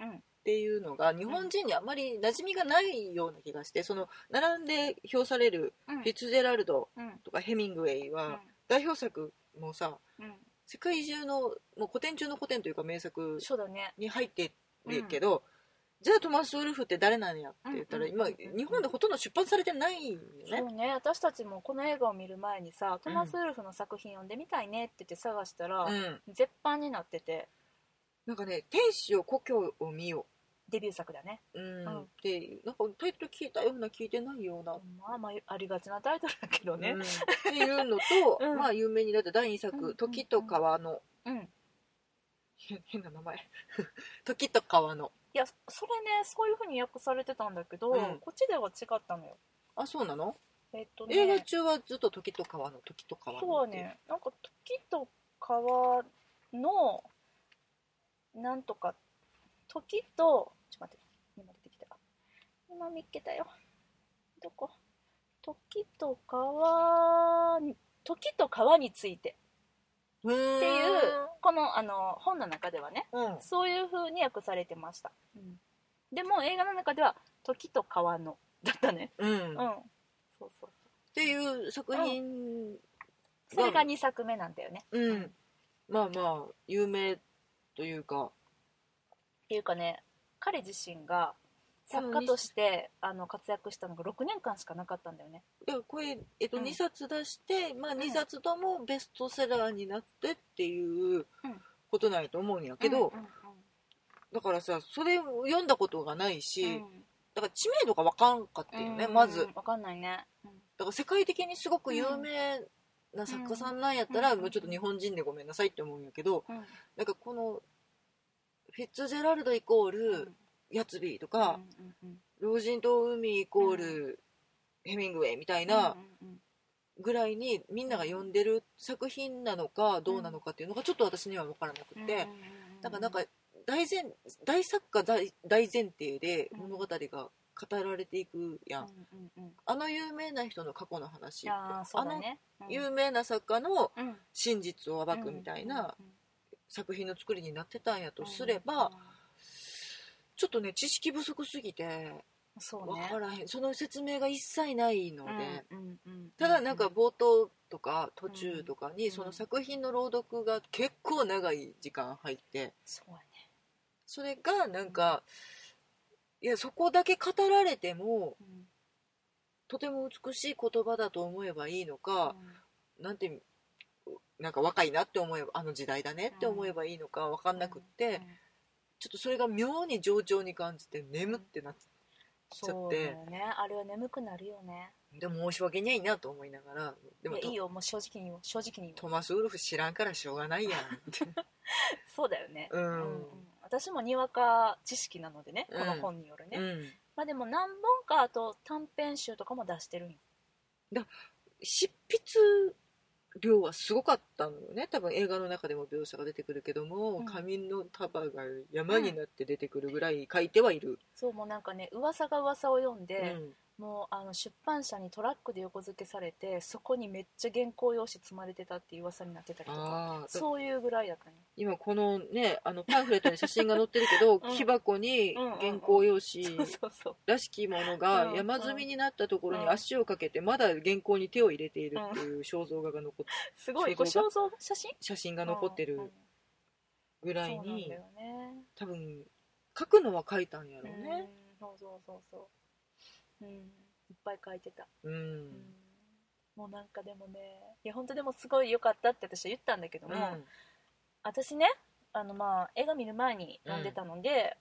うんっていうのが日本人にあまり馴染みがないような気がしてその並んで評されるうんフィッツジェラルドうんとかヘミングウェイうはん代表作もさうん世界中のもう古典中の古典というか名作そうだねに入ってるけど、じゃあトマス・ウルフって誰なんやって言ったら、うんうんうんうん今日本でほとんど出版されてないよそね。うね私たちもこの映画を見る前にさトマス・ウルフの作品読んでみたいねって言って探したら、うん、絶版になっててなんかね「天使を故郷を見よ」デビュー作だね、うんうんでなんかタイトル聞いたような聞いてないような、まあまあありがちなタイトルだけどねうんっていうの と、うんまあ有名になった第2作「うんうんうん時と川のうん」へ変な名前 「時と川のいやそれねそういうふうに訳されてたんだけど、うんこっちでは違ったのよ」あそうなの、えっと映画ね中はずっと「時と川の時と川の」そうっていねなんか時と川のなんとか時とちょっと待って今出てきた今見っけたよどこ時と川に時と川についてうーんっていうこのあの本の中ではねうんそういう風に訳されてました、でも映画の中では時と川のだったねうんうんそうそうっていう作品それが2作目なんだよねうん、まあまあ有名というかっていうかね彼自身が作家としてあの活躍したのが6年間しかなかったんだよねいやこれ、えっとうん2冊出して、まあ、ん2冊ともベストセラーになってっていうことないと思うんやけど、だからさそれを読んだことがないし、だから知名度が分かんかったよね、まずだ分かんないねから世界的にすごく有名な作家さんなんやったら、うんもうちょっと日本人でごめんなさいって思うんやけどうんなんかこのフィッツジェラルドイコールヤツビーとか、老人と海イコールヘミングウェイみたいなぐらいにみんなが読んでる作品なのかどうなのかっていうのがちょっと私には分からなくて、なんかなんか大前大作家大大前提でうん物語が語られていくやん、あの有名な人の過去の話とあかそうだねあの有名な作家の真実を暴くみたいな作品の作りになってたんやとすればちょっとね知識不足すぎてそう分ねからへんその説明が一切ないので。たただなんか冒頭とか途中とかうんにその作品の朗読が結構長い時間入ってそうねそれがなんかいやそこだけ語られてもとても美しい言葉だと思えばいいのかなんてなんか若いなって思えばあの時代だねって思えばいいのか分かんなくってちょっとそれが妙に冗長に感じて眠ってなっそうだよねあれは眠くなるよねでも申し訳ないなと思いながらいでもやいいトよもう正直に言おう正直に言おうトマス・ウルフ知らんからしょうがないやん って。そうだよね、ううんんうん私もにわか知識なのでねこの本によるね、うんまあでも何本かあと短編集とかも出してるんよ執筆量はすごかったのよね多分映画の中でも描写が出てくるけども、うん紙の束が山になって出てくるぐらい書いてはいる、そうもうなんかね噂が噂を読んうんで、もうあの出版社にトラックで横付けされてそこにめっちゃ原稿用紙積まれてたっていう噂になってたりとかあーそういうぐらいだったね今このねあのパンフレットに写真が載ってるけ うど、ん木箱に原稿用紙そう そうそうらしきものがうん山積みになったところうにん足をかけてまだ原稿に手を入れているっていう肖像画が残っすごいこれ肖肖像写真写真が残ってうんうるんぐらいそうなんにだよね多分書くのは書いたんやろううねんそうそうそうそううんいっぱい書いてたうん、うんもうなんかでもねいや本当でもすごい良かったって私は言ったんだけども、うん私ねあのまあ映画見る前に読んでたので、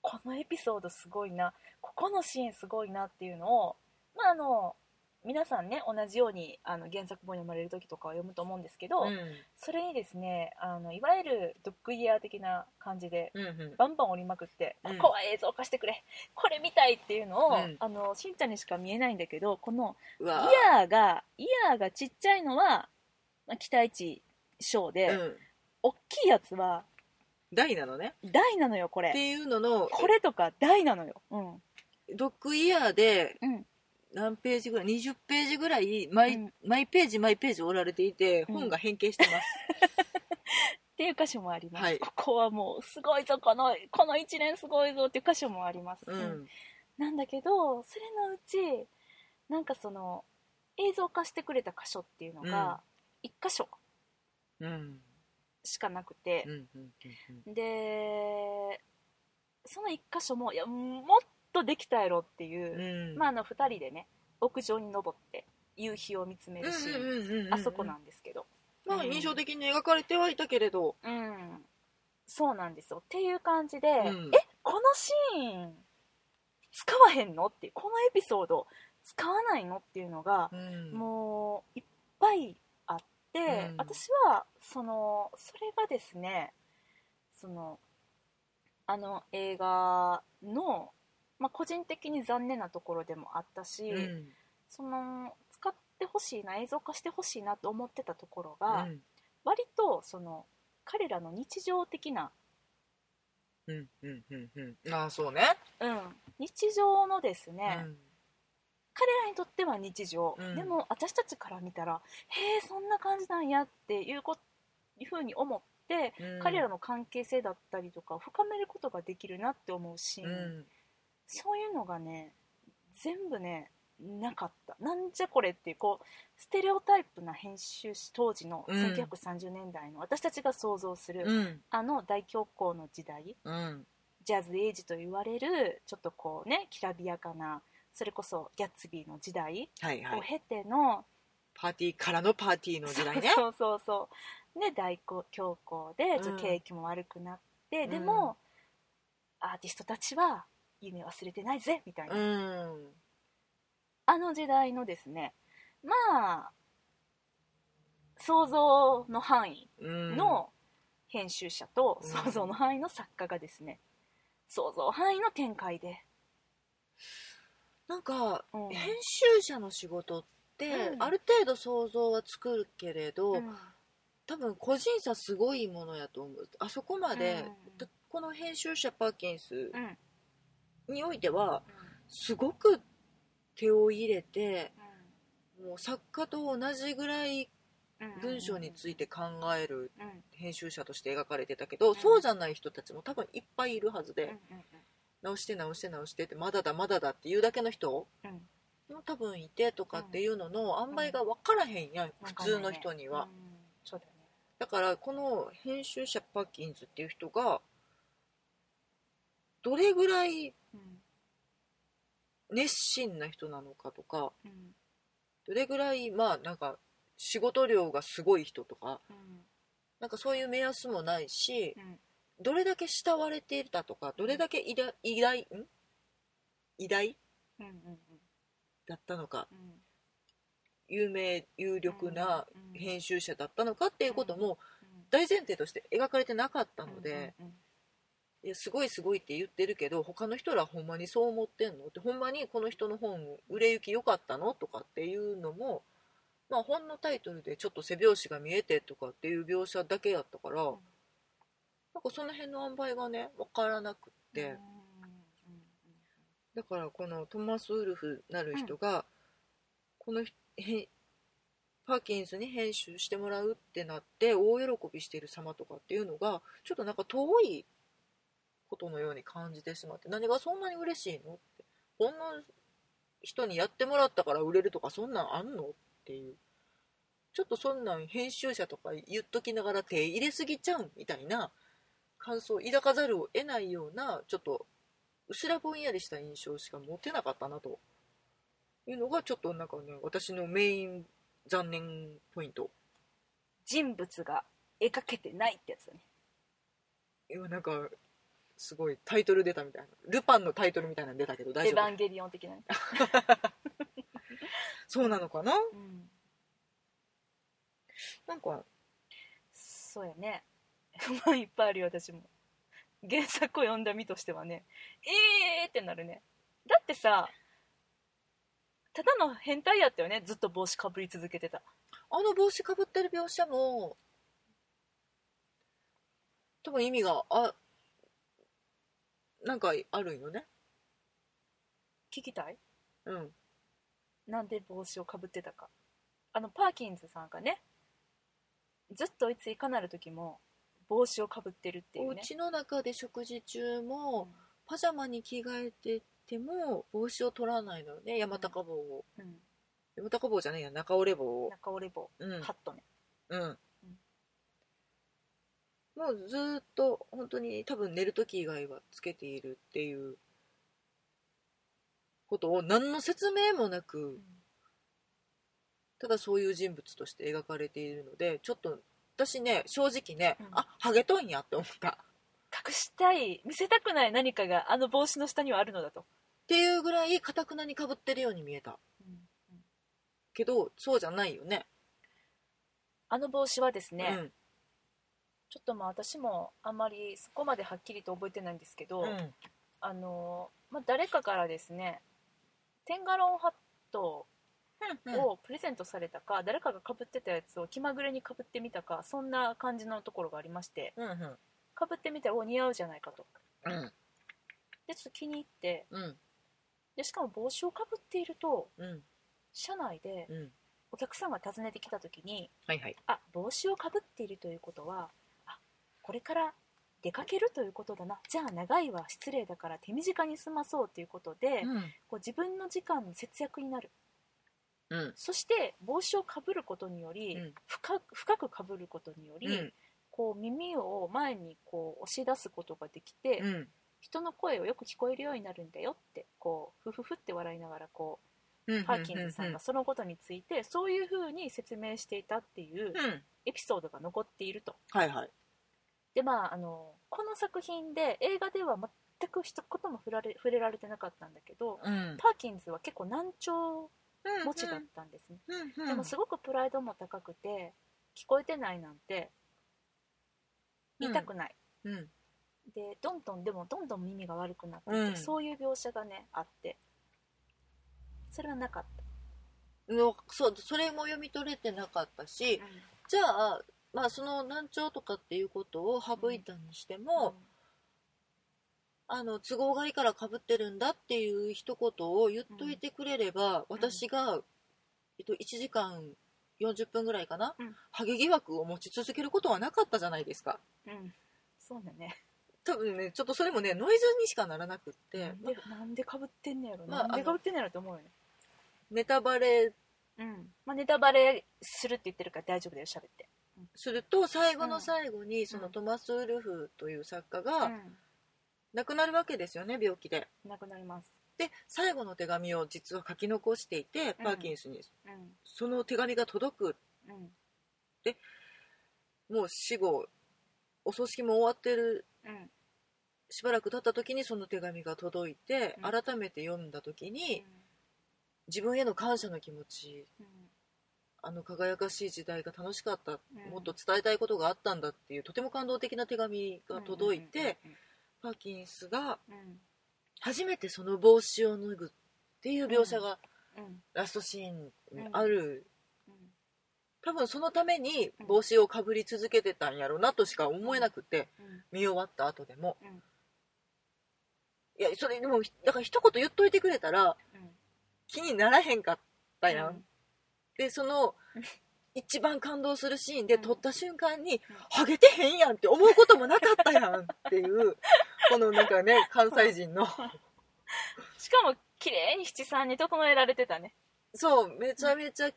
このエピソードすごいなここのシーンすごいなっていうのをまああの皆さんね同じようにあの原作本読まれる時とかは読むと思うんですけど、うんそれにですねあのいわゆるドッグイヤー的な感じでうんうんバンバン折りまくって、うんここは映像化してくれこれ見たいっていうのを、うんあのしんちゃんにしか見えないんだけどこのうイわヤーがイヤーがちっちゃいのは、まあ、期待値小で、うん大きいやつは大なのね大なのよこっれていうののこれとか大なのようんドッグイヤーでうん何ページぐらい20ページぐらい毎,、うん毎ページ毎ページ折られていてうん本が変形してます、 っていう歌詞もあります、はいここはもうすごいぞこのこの一連すごいぞっていう歌詞もあります、うんなんだけどそれのうちなんかその映像化してくれた箇所っていうのが1箇所うんうんしかなくてうん、うんうんでその1箇所もいやもっとできたやろっていう、うんまああの2人でね屋上に登って夕日を見つめるシーン、あそこなうんんですけどまあ印象的に描かれてはいたけれど、うんそうなんですよっていう感じで、うんえこのシーン使わへんのっていうこのエピソード使わないのっていうのが、うもういっぱいあって、うん私はそのそれがですねそのあの映画の、まあ、個人的に残念なところでもあったし、うんその使ってほしいな映像化してほしいなと思ってたところが、うん割とその彼らの日常的な、うんうんうんうんああそうね、うん、日常のですうね、ん彼らにとっては日常、うんでも私たちから見たらへえそんな感じなんやっていうこいうふうに思って、うん彼らの関係性だったりとかを深めることができるなって思うシーうン、んそういうのがね全部ねなかったなんじゃこれっていうこうステレオタイプな編集し当時のうん1930年代の私たちが想像する、うんあの大恐慌の時代、うんジャズエイジと言われるちょっとこうねきらびやかなそれこそギャッツビーの時代はいはをい経ての、パーティーからのパーティーの時代ね そうそうそうで大恐慌でちょっと景気も悪くなって、うんでもアーティストたちは夢忘れてないぜみたいな、うんあの時代のですねまあ想像の範囲うんの編集者とうん想像の範囲の作家がですね、想像範囲の展開で、なんかうん編集者の仕事って、うんある程度想像はつくけれど、うん多分個人差すごいものやと思うあそこまで、だこの編集者パーキンスうんうんにおいてはすごく手を入れてもう作家と同じぐらいうん文章について考えるうん編集者として描かれてたけど、そうじゃない人たちも多分いっぱいいるはずで、うんうん直して直して直してってまだだまだだっていうだけの人うんうんも多分いてとかっていうのの塩梅が分からへんやん、普通の人には、うんそうだよねだからこの編集者パーキンズっていう人がどれぐらい熱心な人なのかとかうんうんどれぐらいまあなんか仕事量がすごい人とかうんなんかそういう目安もないしうんどれだけ慕われていたとかどれだけ偉大偉大ん偉大うんうんうんだったのかうん有名有力なうんうん編集者だったのかっていうこともうん大前提として描かれてなかったので。うんうんいやすごいすごいって言ってるけど他の人らほんまにそう思ってんのってほんまにこの人の本売れ行き良かったのとかっていうのも、まあ、本のタイトルでちょっと背拍子が見えてとかっていう描写だけやったから、んなんかその辺の塩梅がね分からなくっうんて、うんだからこのトマス・ウルフなる人が、この人へパーキンスに編集してもらうってなって大喜びしている様とかっていうのがちょっとなんか遠いことのように感じてしまって何がそんなに嬉しいのってこんな人にやってもらったから売れるとかそんなんあんのっていうちょっとそんなん編集者とか言っときながら手入れすぎちゃうみたいな感想を抱かざるを得ないようなちょっとうすらぼんやりした印象しか持てなかったなというのがちょっとなんかね私のメイン残念ポイント人物が描けてないってやつだね今なんかすごいタイトル出たみたいなルパンのタイトルみたいなの出たけ「ど大エ丈ヴァ夫ンゲリオン」的な、そうなのかなうん、なんかそうやね まあいっぱいあるよ私も原作を読んだ身としてはねえーってなるねだってさただの変態やったよねずっと帽子かぶり続けてたあの帽子かぶってる描写も多分意味があなんかあるんよね聞きたいうんなんで帽子をかぶってたかあのパーキンズさんがねずっといついかなる時も帽子をかぶってるっていおうね家の中で食事中もうんパジャマに着替えてても帽子を取らないのよね山高帽をうん、山高帽じゃないや中折れ帽を中折れ棒、うんハットねうんもうずーっと本当に多分寝る時以外はつけているっていうことを何の説明もなくただそういう人物として描かれているのでちょっと私ね正直ね、うんあハゲとんやって思ったっ隠したい見せたくない何かがあの帽子の下にはあるのだと、ていうぐらいかたくなにかぶってるように見えたけどそうじゃないよねあの帽子はですね、うんちょっとまあ私もあんまりそこまではっきりと覚えてないんですけど、うんあのまあ、誰かからですねテンガロンハットをプレゼントされたか、誰かがかぶってたやつを気まぐれにかぶってみたかそんな感じのところがありましてうんうんかぶってみたらお似合うじゃないかとうんでちょっと気に入ってうんでしかも帽子をかぶっているとうん車内でうんお客さんが訪ねてきた時にはいはいあ帽子をかぶっているということはあこれから出かけるということだなじゃあ長いは失礼だから手短に済まそうということで、うんこう自分の時間の節約になるうんそして帽子をかぶることにより、うん深く深くかぶることにより、うんこう耳を前にこう押し出すことができて、うん人の声をよく聞こえるようになるんだよってこうふふふって笑いながらこううパーキンズさんがそのことについてそういうふうに説明していたっていううんエピソードが残っていると。はいはいでまああのこの作品で映画では全く一言も触られ触れられてなかったんだけど、うんパーキンズは結構難聴持ちだったんですね、うんうんでもすごくプライドも高くて聞こえてないなんて言いたくない、うんでどんどんでもどんどん耳が悪くなってて、うんそういう描写がねあってそれはなかっのそうそれも読み取れてなかったし、た、じゃあ、まあ、その難聴とかっていうことを省いたにしても、あの都合がいいからかぶってるんだっていう一言を言っといてくれれば、私が、えっと、1時間40分ぐらいかな、うんハゲ疑惑を持ち続けることはなかったじゃないですかうんうんそうだね多分ねちょっとそれもねノイズにしかならなくって、なんでなんでかぶってんねやろ、まあなんでかぶってんねやろって思うよねネタバレうんまあ、ネタバレするって言ってるから大丈夫だよ喋って、すると最後の最後に、そうのんトマス・ウルフという作家がう亡くなるわけですよね病気で。ん、なくなります、で最後の手紙を実は書き残していてうんパーキンスにうんその手紙が届くうんもう死後お葬式も終わってるうんしばらく経った時にその手紙が届いてうん改めて読んだ時に自分への感謝の気持ちあの輝かしい時代が楽しかったうんもっと伝えたいことがあったんだっていうとても感動的な手紙が届いてパーキンスがうんう初めてその帽子を脱ぐっていう描写がんうんラストシーンにあるうん多分そのために帽子をかぶり続けてたんやろうなとしか思えなくてうん見終わった後でも、うんいやそれでもだから一言言っといてくれたら気にならへんかったやん、でその一番感動するシーンでうん撮った瞬間に「ハゲてへんやん」って思うこともなかったやんっていう このなんかね関西人のしかも綺麗に七三に整えられてたねそうめちゃめちゃい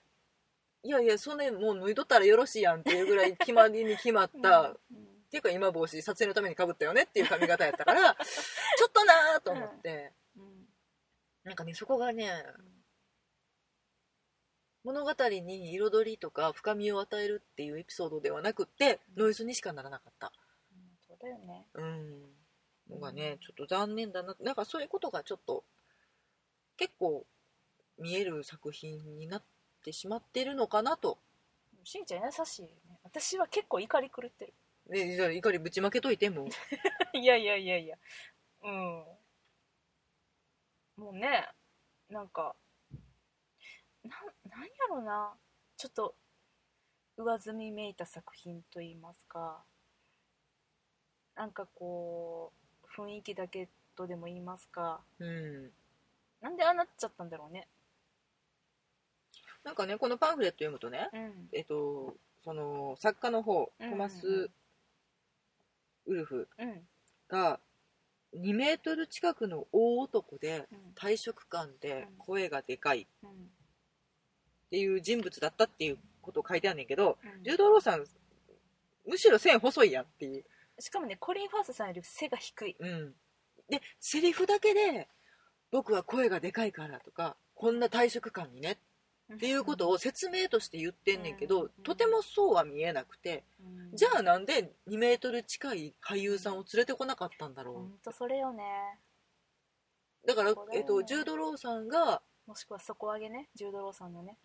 やいやそれもう脱いどったらよろしいやんっていうぐらい決まりに決まった、っうんうんていうか今帽子撮影のためにかぶったよねっていう髪型やったか らちょっとなーと思って、うんなんかねそこがね物語に彩りとか深みを与えるっていうエピソードではなくってノイズにしかならなかった。うんそうだよねうん、のがねちょっと残念だななんかそういうことがちょっと結構見える作品になってしまってるのかなと、しんちゃん優しいよね私は結構怒り狂ってるね、じゃあ怒りぶちまけとい てもいやいやいやいやうんもうねなんかなんなんやろなちょっと上積みめいた作品といいますかなんかこう雰囲気だけとでも言いますかうんなんでああなっちゃったんだろうねなんかねこのパンフレット読むとねうんえっとその作家の方うんうんうんトマス・ウルフうんが2メートル近くの大男でうん体色感で声がでかいっうんていう人物だったっていうことを書いてあんねんけどうん柔道ローさんむしろ線細いやんっていう、しかもねコリン・ファースさんより背が低いうん、でセリフだけで「僕は声がでかいから」とか「こんな退職感にね」っていうことを説明として言ってんねんけど、うんとてもそうは見えなくてうんじゃあなんで2メートル近い俳優さんを連れてこなかったんだろう、ほんとそれよねだからそうだよ、ねえっと、ジュード・ローさんがもしくは底上げねジュード・ローさんのね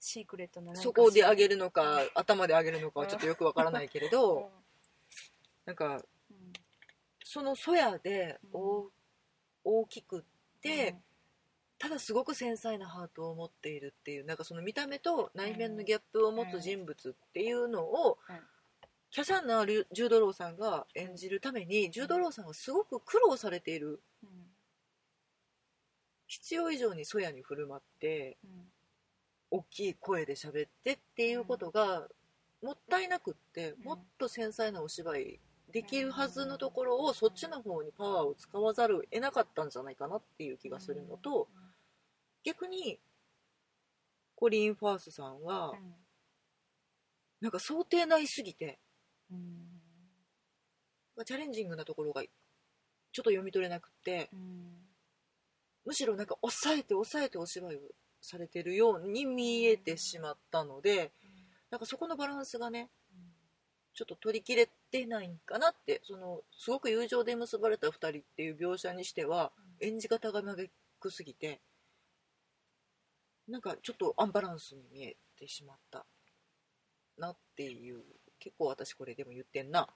シークレットの何かそこで上しげるのか頭で上げるのかはちょっとよくわからないけれらうんどなんかうんそのそやで大大きくって、ただすごく繊細なハートを持っているっていうなんかその見た目と内面のギャップを持つ人物っていうのを、うんキャシャンナ・ジュードローさんが演じるためにジュードローさんはすごく苦労されているうん必要以上にそやに振る舞ってうんうん大きい声で喋ってっていうことがもったいなくってんもっと繊細なお芝居できるはずのところをそっちの方にパワーを使わざるを得なかったんじゃないかなっていう気がするのと。逆にコリン・ファースさんは、うんなんか想定内すぎてうんチャレンジングなところがちょっと読み取れなくてうんむしろなんか抑えて抑えてお芝居をされてるように見えてしまったのでなんかそこのバランスがねちょっと取り切れてないんかなってそのすごく友情で結ばれた2人っていう描写にしては演じ方が曲くすぎてなんかちょっとアンバランスに見えてしまったなっていう結構私これでも言ってんな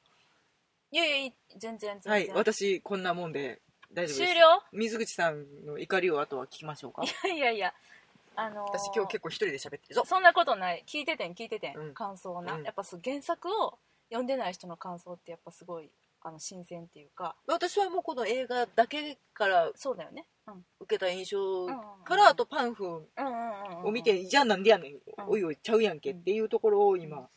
いやいやいい全然全然はい私こんなもんで大丈夫終です了 水口さんの怒りをあとは聞きましょうかいやいやいやあのー私今日結構一人で喋ってるぞそんなことない聞いててん聞いててん、うん感想をな、うんやっぱそう原作を読んでない人の感想ってやっぱすごいあの新鮮っていうか私はもうこの映画だけからそうだよねうん受けた印象うんからあとパンフうんうんうんうんを見てじゃあなんでやねんおいおいちゃうやんけっていうところを今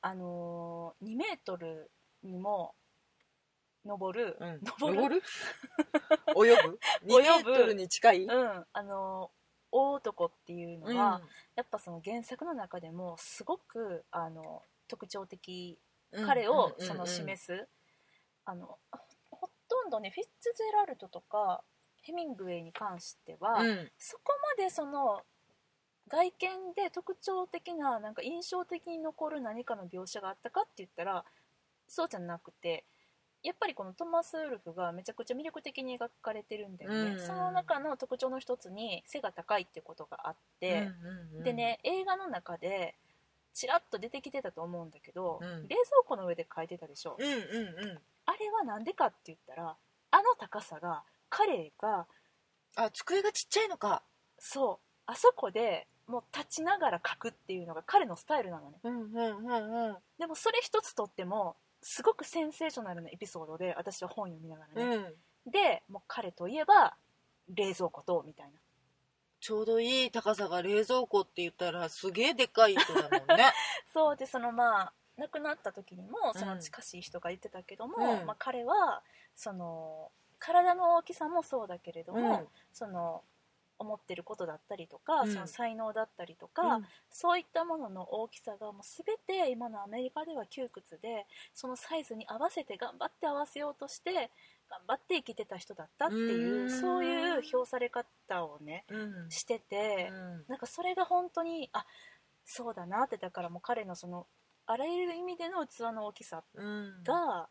あのー、2メートルにも登る、うん登る登る泳 ぐ2メ泳ーぐトルに近いうんあのー大男っていうのは、うやっぱその原作の中でもすごくあの特徴的ん彼をうんそのうん示すあのほほとんどねフィッツジェラルドとかヘミングウェイに関しては、うんそこまでその外見で特徴的ななんか印象的に残る何かの描写があったかって言ったらそうじゃなくてやっぱりこのトマス・ウルフがめちゃくちゃ魅力的に描かれてるんだよね、うんその中の特徴の一つに背が高いってことがあっうんて、うんうんでね映画の中でちらっと出てきてたと思うんだけど、うん冷蔵庫の上で描いてたでしょ、うんうんうんあれはなんでかって言ったらあの高さが彼があ机がちっちゃいのかそうあそこでもう立ちながら書くっていうのが彼のスタイルなのねうんうんうんうんでもそれ一つとってもすごくセンセーショナルなエピソードで私は本読みながらね、うんでもう彼といえば冷蔵庫とみたいなちょうどいい高さが冷蔵庫って言ったらすげえでかい人だもんねそうでそのまあ亡くなった時にもうんその近しい人が言ってたけども、うんまあ、彼はその体の大きさも そうだけれどうも、んその思ってることだったりとか、うんその才能だったりとか、うんそういったものの大きさがもう全て今のアメリカでは窮屈でそのサイズに合わせて頑張って合わせようとして頑張って生きてた人だったっていううーんそういう評され方をねうんしてて、なんかそれが本当にあそうだなってだからもう彼のそのあらゆる意味での器の大きさうんが、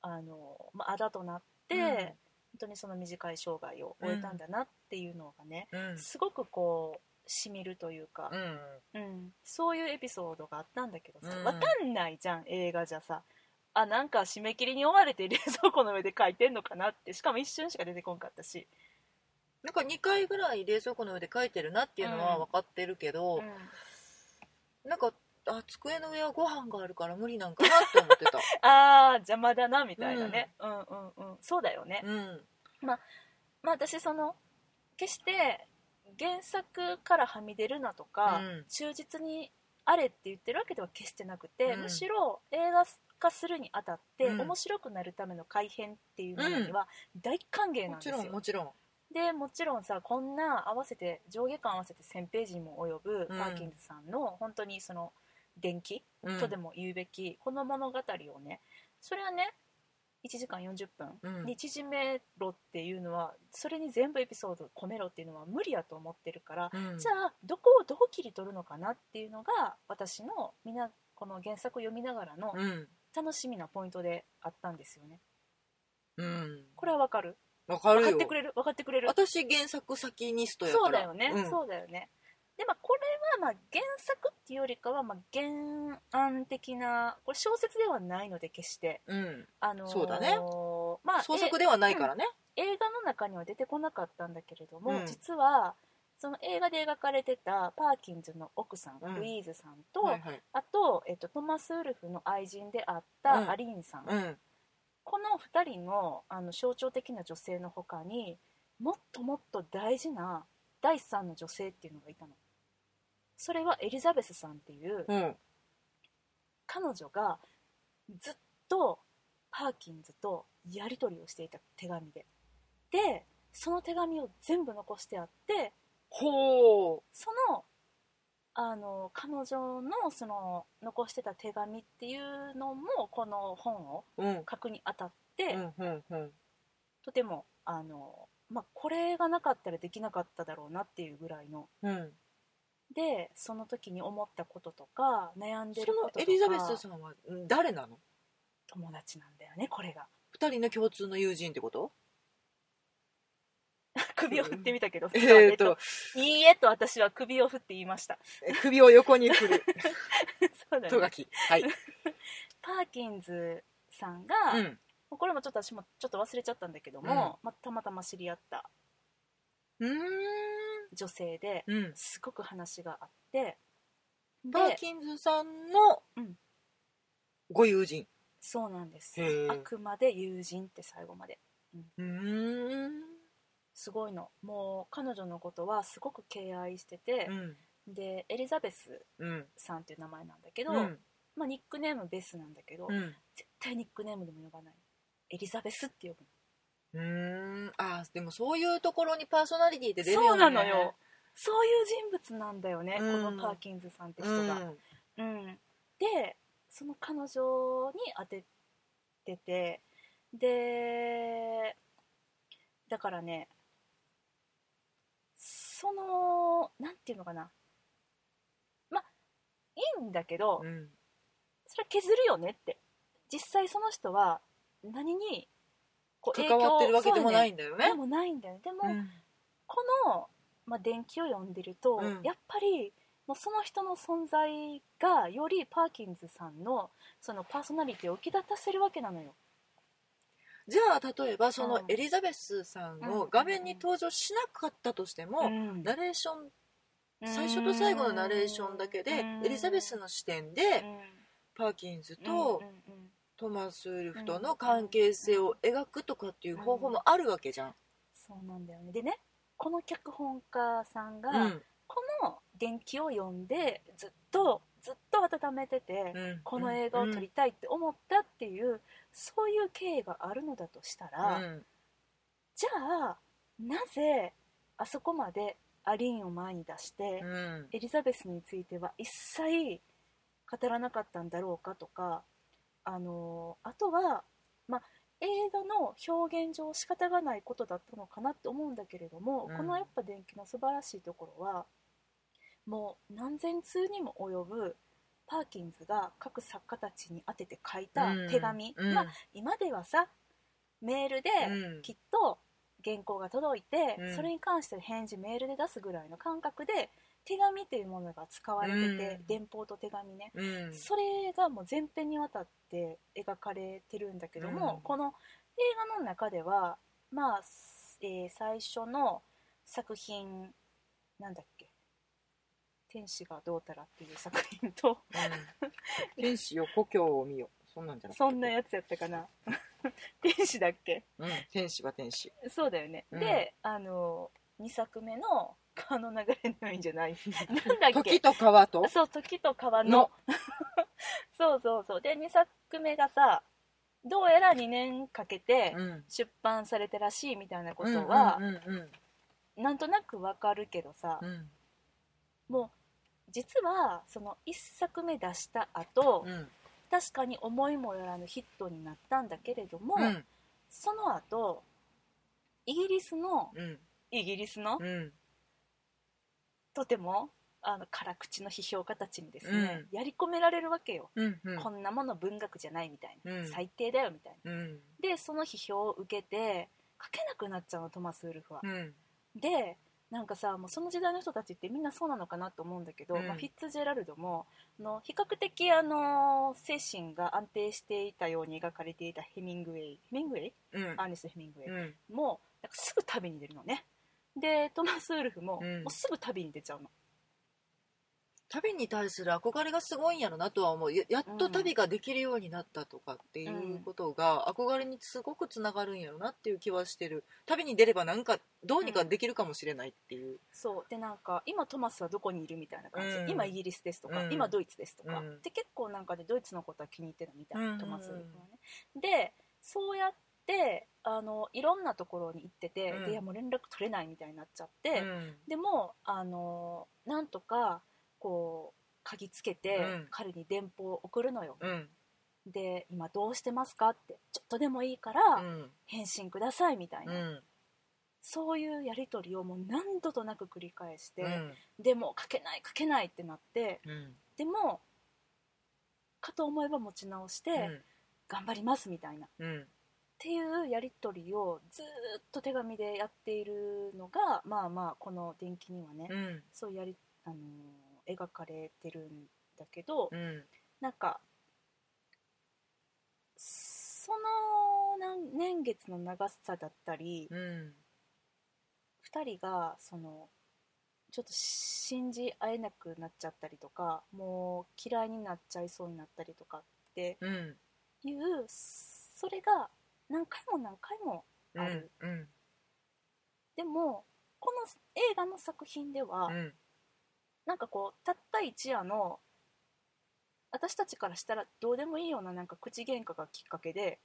あのまあ、あだとなって、うん本当にその短い生涯を終えたんだなっていうのがね、うんすごくこうしみるというかう、んうんそういうエピソードがあったんだけどさ、うんわかんないじゃん映画じゃさあなんか締め切りに追われて冷 蔵庫の上で書いてんのかなってしかも一瞬しか出てこんかったし、なんか2回ぐらい冷蔵庫の上で書いてるなっていうのはうん分かってるけど、うんなんかあ机の上はご飯があるから無理なんかなって思ってた、 あー邪魔だなみたいなね、うん、うんうんそうだよね、うん、まあ私その決して原作からはみ出るなとか、うん忠実にあれって言ってるわけでは決してなくて、うんむしろ映画化するにあたって、うん面白くなるための改編っていうものには大歓迎なもんですちよ、ろんもちろんでもちろんさこんな合わせて上下巻合わせて1000ページにも及ぶパーキンズさんの、本当にその伝記うんとでも言うべき、この物語をねそれはね1時間40分うんに縮めろっていうのはそれに全部エピソード込めろっていうのは無理やと思ってるから、うんじゃあどこをどう切り取るのかなっていうのが私のみんなこの原作を読みながらのうん楽しみなポイントであったんですよね。うんこれはわかるわか分るかってよくれる分かってくれる私原作先ニストやからそうだよね、うんそうだよねでまあこれはまあ原作っていうよりかはまあ原案的なこれ小説ではないので決してうんあのーそうだねまあ創作ではないからね、え映画の中には出てこなかったんだけれども、うん実はその映画で描かれてたパーキンズの奥さん、うんルイーズさんと、はいはいあと、えっと、トマス・ウルフの愛人であっうんたアリーンさん、うんこの2人のあの象徴的な女性の他にもっともっと大事な第三の女性っていうのがいたのそれはエリザベスさんっていううん彼女がずっとパーキンズとやり取りをしていた手紙ででその手紙を全部残してあってほうそのあの彼女のその残してた手紙っていうのもこの本をうん書くにあたって、うんうんうんとてもあの、まあ、これがなかったらできなかっただろうなっていうぐらいのうんでその時に思ったこととか悩んでそることのとかエリザベスさんは誰なの友達なんだよねこれ が二人の共通の友人ってこと首を振ってみたけど、え実はーと、いいえと私は首を振って言いました 首を横に振るそうだトねガキはい、パーキンズさんが、うん、もうこれもちょっと私もちょっと忘れちゃったんだけども、うんまあたまたま知り合ったうーん女性でうんすごく話があってパでーキンズさんのうんご友人そうなんですへーあくまで友人って最後までうーんすごいのもう彼女のことはすごく敬愛しててう、んでエリザベスうんさんっていう名前なんだけど、うんまあ、ニックネームベスなんだけど、うん絶対ニックネームでも呼ばないエリザベスって呼ぶうーんあーでもそういうところにパーソナリティって出るよねそうなのよそういう人物なんだよね、うんこのパーキンズさんってう人が、んうん、でその彼女に当てててでだからねそのなんていうのかなまあいいんだけどうんそれは削るよねって実際その人は何にこう関わってるわけでもないんだよそうねねでもないんだよねでも、うんこの、まあ、電気を読んでると、うんやっぱりもうその人の存在がよりパーキンズさんのそのパーソナリティを浮き立たせるわけなのよ。じゃあ例えばそうのんエリザベスさんうをん画面に登場しなかったとしても、ナレーション最初と最後のナレーションだけで、エリザベスのの視点でパーキンズとトマス・ウルフとの関係性を描くとかっていう方法もあるわけじゃん。そうなんだよねでねこの脚本家さんが、うんこの伝記を読んでずっとずっと温めてて、うんこの映画を撮りたいって思ったっていう、そういう経緯があるのだとしたら、うんじゃあなぜあそこまでアリーンを前に出して、うんエリザベスについては一切語らなかったんだろうかとか、あのあとは、まあ、映画の表現上仕方がないことだったのかなって思うんだけれども、うんこのやっぱ電気の素晴らしいところはもう何千通にも及ぶパーキンズが各作家たちに宛てて書いた手紙、うんまあ、今ではさメールでうんきっと原稿が届いて、うんそれに関して返事メールで出すぐらいの感覚で手紙っていうものが使われてて、うん電報と手紙ね、うんそれがもう全編にわたって描かれてるんだけども、うんこの映画の中ではまあ、えー最初の作品なんだっけ「天使がどうたら」っていう作品とうん天使よ故郷を見よそんなんじゃなくてそんなやつやったかな 天使だっけうん天使は天使そうだよね、うんであの2作目の「川の流れのように」じゃ ないなんだっ時けと川とそう「時と川の」の そうそうそうで2作目がさどうやら2年かけてうん出版されてらしいみたいなこうんとは、うんうんなんとなくわかるけどさ、うんもう実はその1作目出した後、うん確かに思いもよらぬヒットになったんだけれども、うんその後イギリスのうんイギリスの、うんとてもあの辛口の批評家たちにですね、やり込められるわけよ、うんうんこんなもの文学じゃないみたいな、うん最低だよみたいうんなでその批評を受けて書けなくなっちゃうのトマス・ウルフは、うんでなんかさもうその時代の人たちってみんなそうなのかなと思うんだけど、うんまあ、フィッツジェラルドもあの比較的あの精神が安定していたように描かれていたヘミングウェイヘミングウェイうんアーネスト・ヘミングウェイうんもなんかすぐ旅に出るのねでトマス・ウルフも,、うんもうすぐ旅に出ちゃうの旅に対する憧れがすごいんやろなとは思うややっと旅ができるようになったとかっていうことが憧れにすごくつながるんやろなっていう気はしてる旅に出ればなんかどうにかできるかもしれないっていう、そうでなんか今トマスはどこにいるみたいな感じ、うん今イギリスですとか、うん今ドイツですとか、うんで結構なんかでドイツのことは気に入ってるみたいな、うんトマスはねでそうやってあのいろんなところに行ってて、うんでいやもう連絡取れないみたいになっちゃっうて、んでもあのなんとかこう鍵つけて、うん彼に電報を送るのよ、うんで今どうしてますかってちょっとでもいいからうん返信くださいみたいな、うんそういうやり取りをもう何度となく繰り返して。うんでも書けない書けないってなってうんでもかと思えば持ち直して、うん頑張りますみたいなっうんていうやり取りをずーっと手紙でやっているのがまあまあこの伝記にはね、うんそういうやり、あのー描かれてるんだけど、うんなんかそのなん年月の長さだったり、うん2人がそのちょっと信じ合えなくなっちゃったりとかもう嫌いになっちゃいそうになったりとかってうんいうそれが何回も何回もある、うんでもこの映画の作品では、うんなんかこうたった一夜の私たちからしたらどうでもいいようななんか口喧嘩がきっかけで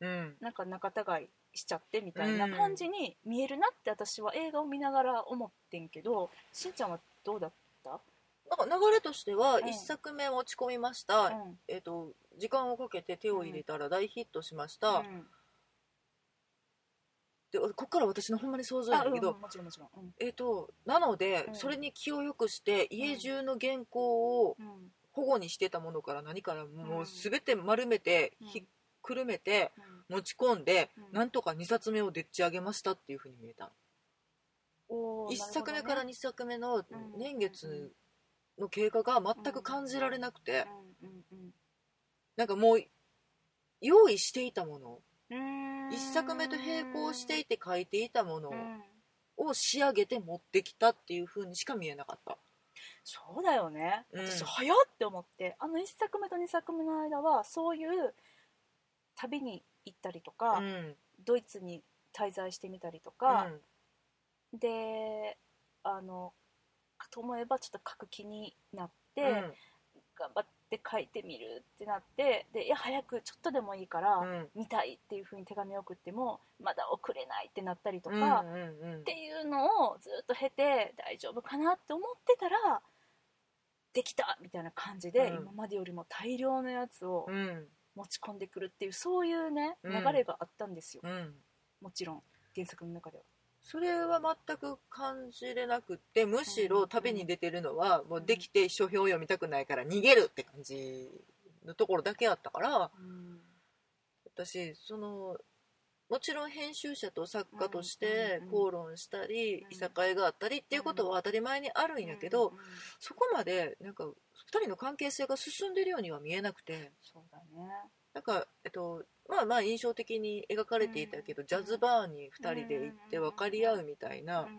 うんなんか仲違いしちゃってみたいな感じに見えるなって私は映画を見ながら思ってんけどしんちゃんはどうだったなんか流れとしてはうん1作目持ち込みました、うんえっと時間をかけて手を入れたら大ヒットしました、うんでここから私のほんまに想像あやねんけど、うんうんもちろんもちろんうんえっとなので、うんそれに気をよくして家中の原稿をうん保護にしてたものから何からもううん全て丸めて、うんひっくるめてうん持ち込んで、うんなんとか2冊目をでっち上げましたっていうふうに見えた、おー1作目から2作目のん年月の経過が全く感じられなくて、なるほどねなんかもう用意していたものうんうんうんうーん1作目と並行していて書いていたものうんを仕上げて持ってきたっていうふうにしか見えなかった。そうだよねうん私早っって思ってあの1作目と2作目の間はそういう旅に行ったりとか、うんドイツに滞在してみたりとうか、んであのかと思えばちょっと書く気になって、頑張って書いてみるってなってでいや早くちょっとでもいいから、うんうん見たいっていうふうに手紙を送ってもまだ送れないってなったりとか、うっんうんうんていうのをずっと経て大丈夫かなって思ってたらできたみたいな感じで、うん今までよりも大量のやつをうん持ち込んでくるっていうそういうねう流んれがあったんですよ、うんもちろん原作の中では。それは全く感じれなくってむしろ旅に出てるのはもうできて書評を読みたくないから逃げるって感じのところだけあったから私そのもちろん編集者と作家としてうん口論したりうんいさかいがあったりっていうことは当たり前にあるんやけどうんうんうんそこまでなんか2人の関係性が進んでるようには見えなくてそうだねなんかえっとまあまあ印象的に描かれていたけどうんジャズバーに2人で行って分かり合うみたいな。うんうん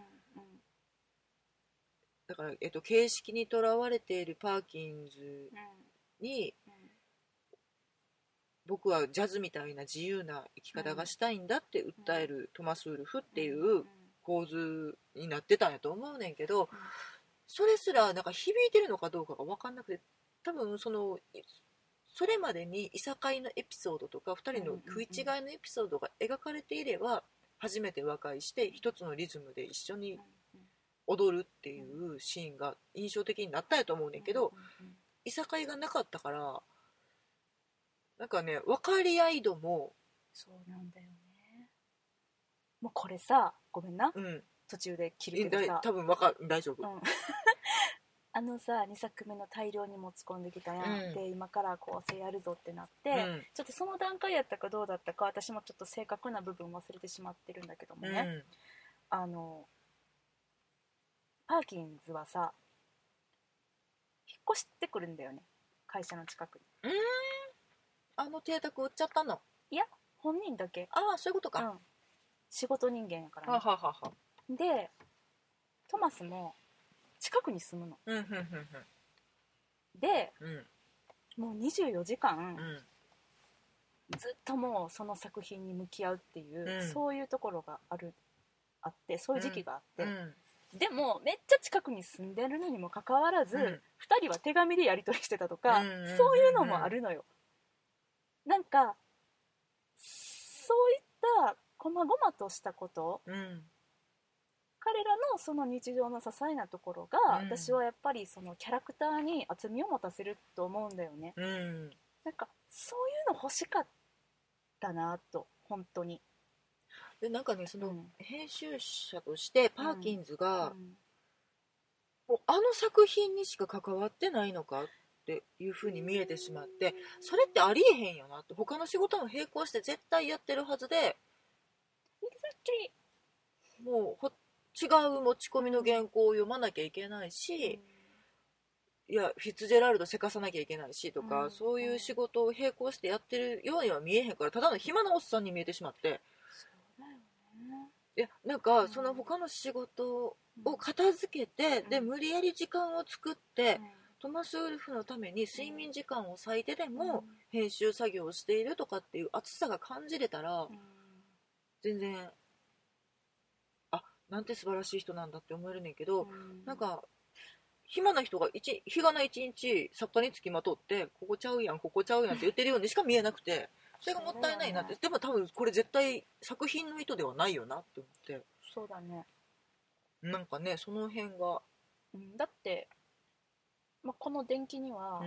だから、えっと、形式にとらわれているパーキンズうんにうん僕はジャズみたいな自由な生き方がしたいんだって訴えるトマス・ウルフっていんうん構図になってたんやと思うねんけどそれすらなんか響いてるのかどうかが分かんなくて多分そのいそれまでにいさかいのエピソードとか2人の食い違いのエピソードが描かれていれば初めて和解して一つのリズムで一緒に踊るっていうシーンが印象的になったんやと思うねんけど、うんうんいさかいがなかったからなんかね分かり合い度も、そうなんだよねもうこれさごめんなうん、途中で切えるけだどいさ多分わか大丈夫、うんあのさ2作目の大量に持ち込んできたやん、うんで今から構成やるぞってなって、うんちょっとその段階やったかどうだったか私もちょっと正確な部分忘れてしまってるんだけどもうね、んあのパーキンズはさ引っ越してくるんだよね会社の近くにあの邸宅売っちゃったの本人だけ、ああそういうことうか、ん、仕事人間やからね、ははははでトマスも近くに住むのうんうんでうんうんもう24時間うんずっともうその作品に向き合うっていう、うんそういうところがあるあってそういう時期があって、うんでもめっちゃ近くに住んでるのにもかかわらず、う二ん2人は手紙でやり取りしてたとか、うんうんうんうんそういうのもあるのよなんかそういった細々としたことうん彼らのその日常の些細なところが、うん私はやっぱりそのキャラクターに厚みを持たせると思うんだよねうんなんかそういうの欲しかったなと本当に、でなんかねそうの、ん編集者としてパーキンズが、うんもうあの作品にしか関わってないのかっていうふうに見えてしまってそれってありえへんよなって他の仕事も並行して絶対やってるはずで、 Exactly もうほ違う持ち込みの原稿を読まなきゃいけないし、いやフィッツジェラルドせかさなきゃいけないしとか、うんそういう仕事を並行してやってるようには見えへんからただの暇なおっさんに見えてしまってそうだよねいやなんうかんその他の仕事うんを片付けて、うんで無理やり時間を作って、うトマス・ウルフのために睡眠時間を割いてでんも編集作業をしているとかっていう熱さが感じれたらうん全然あなんて素晴らしい人なんだって思えるねんけど、うんなんか暇な人が一日がな一日作家につきまとってここちゃうやんここちゃうやんって言ってるようにしか見えなくてそれがもったいないなって、そうでも多分これ絶対作品の意図ではないよなって思ってそうだね、なんかねその辺がうん、だって、まあ、この電気には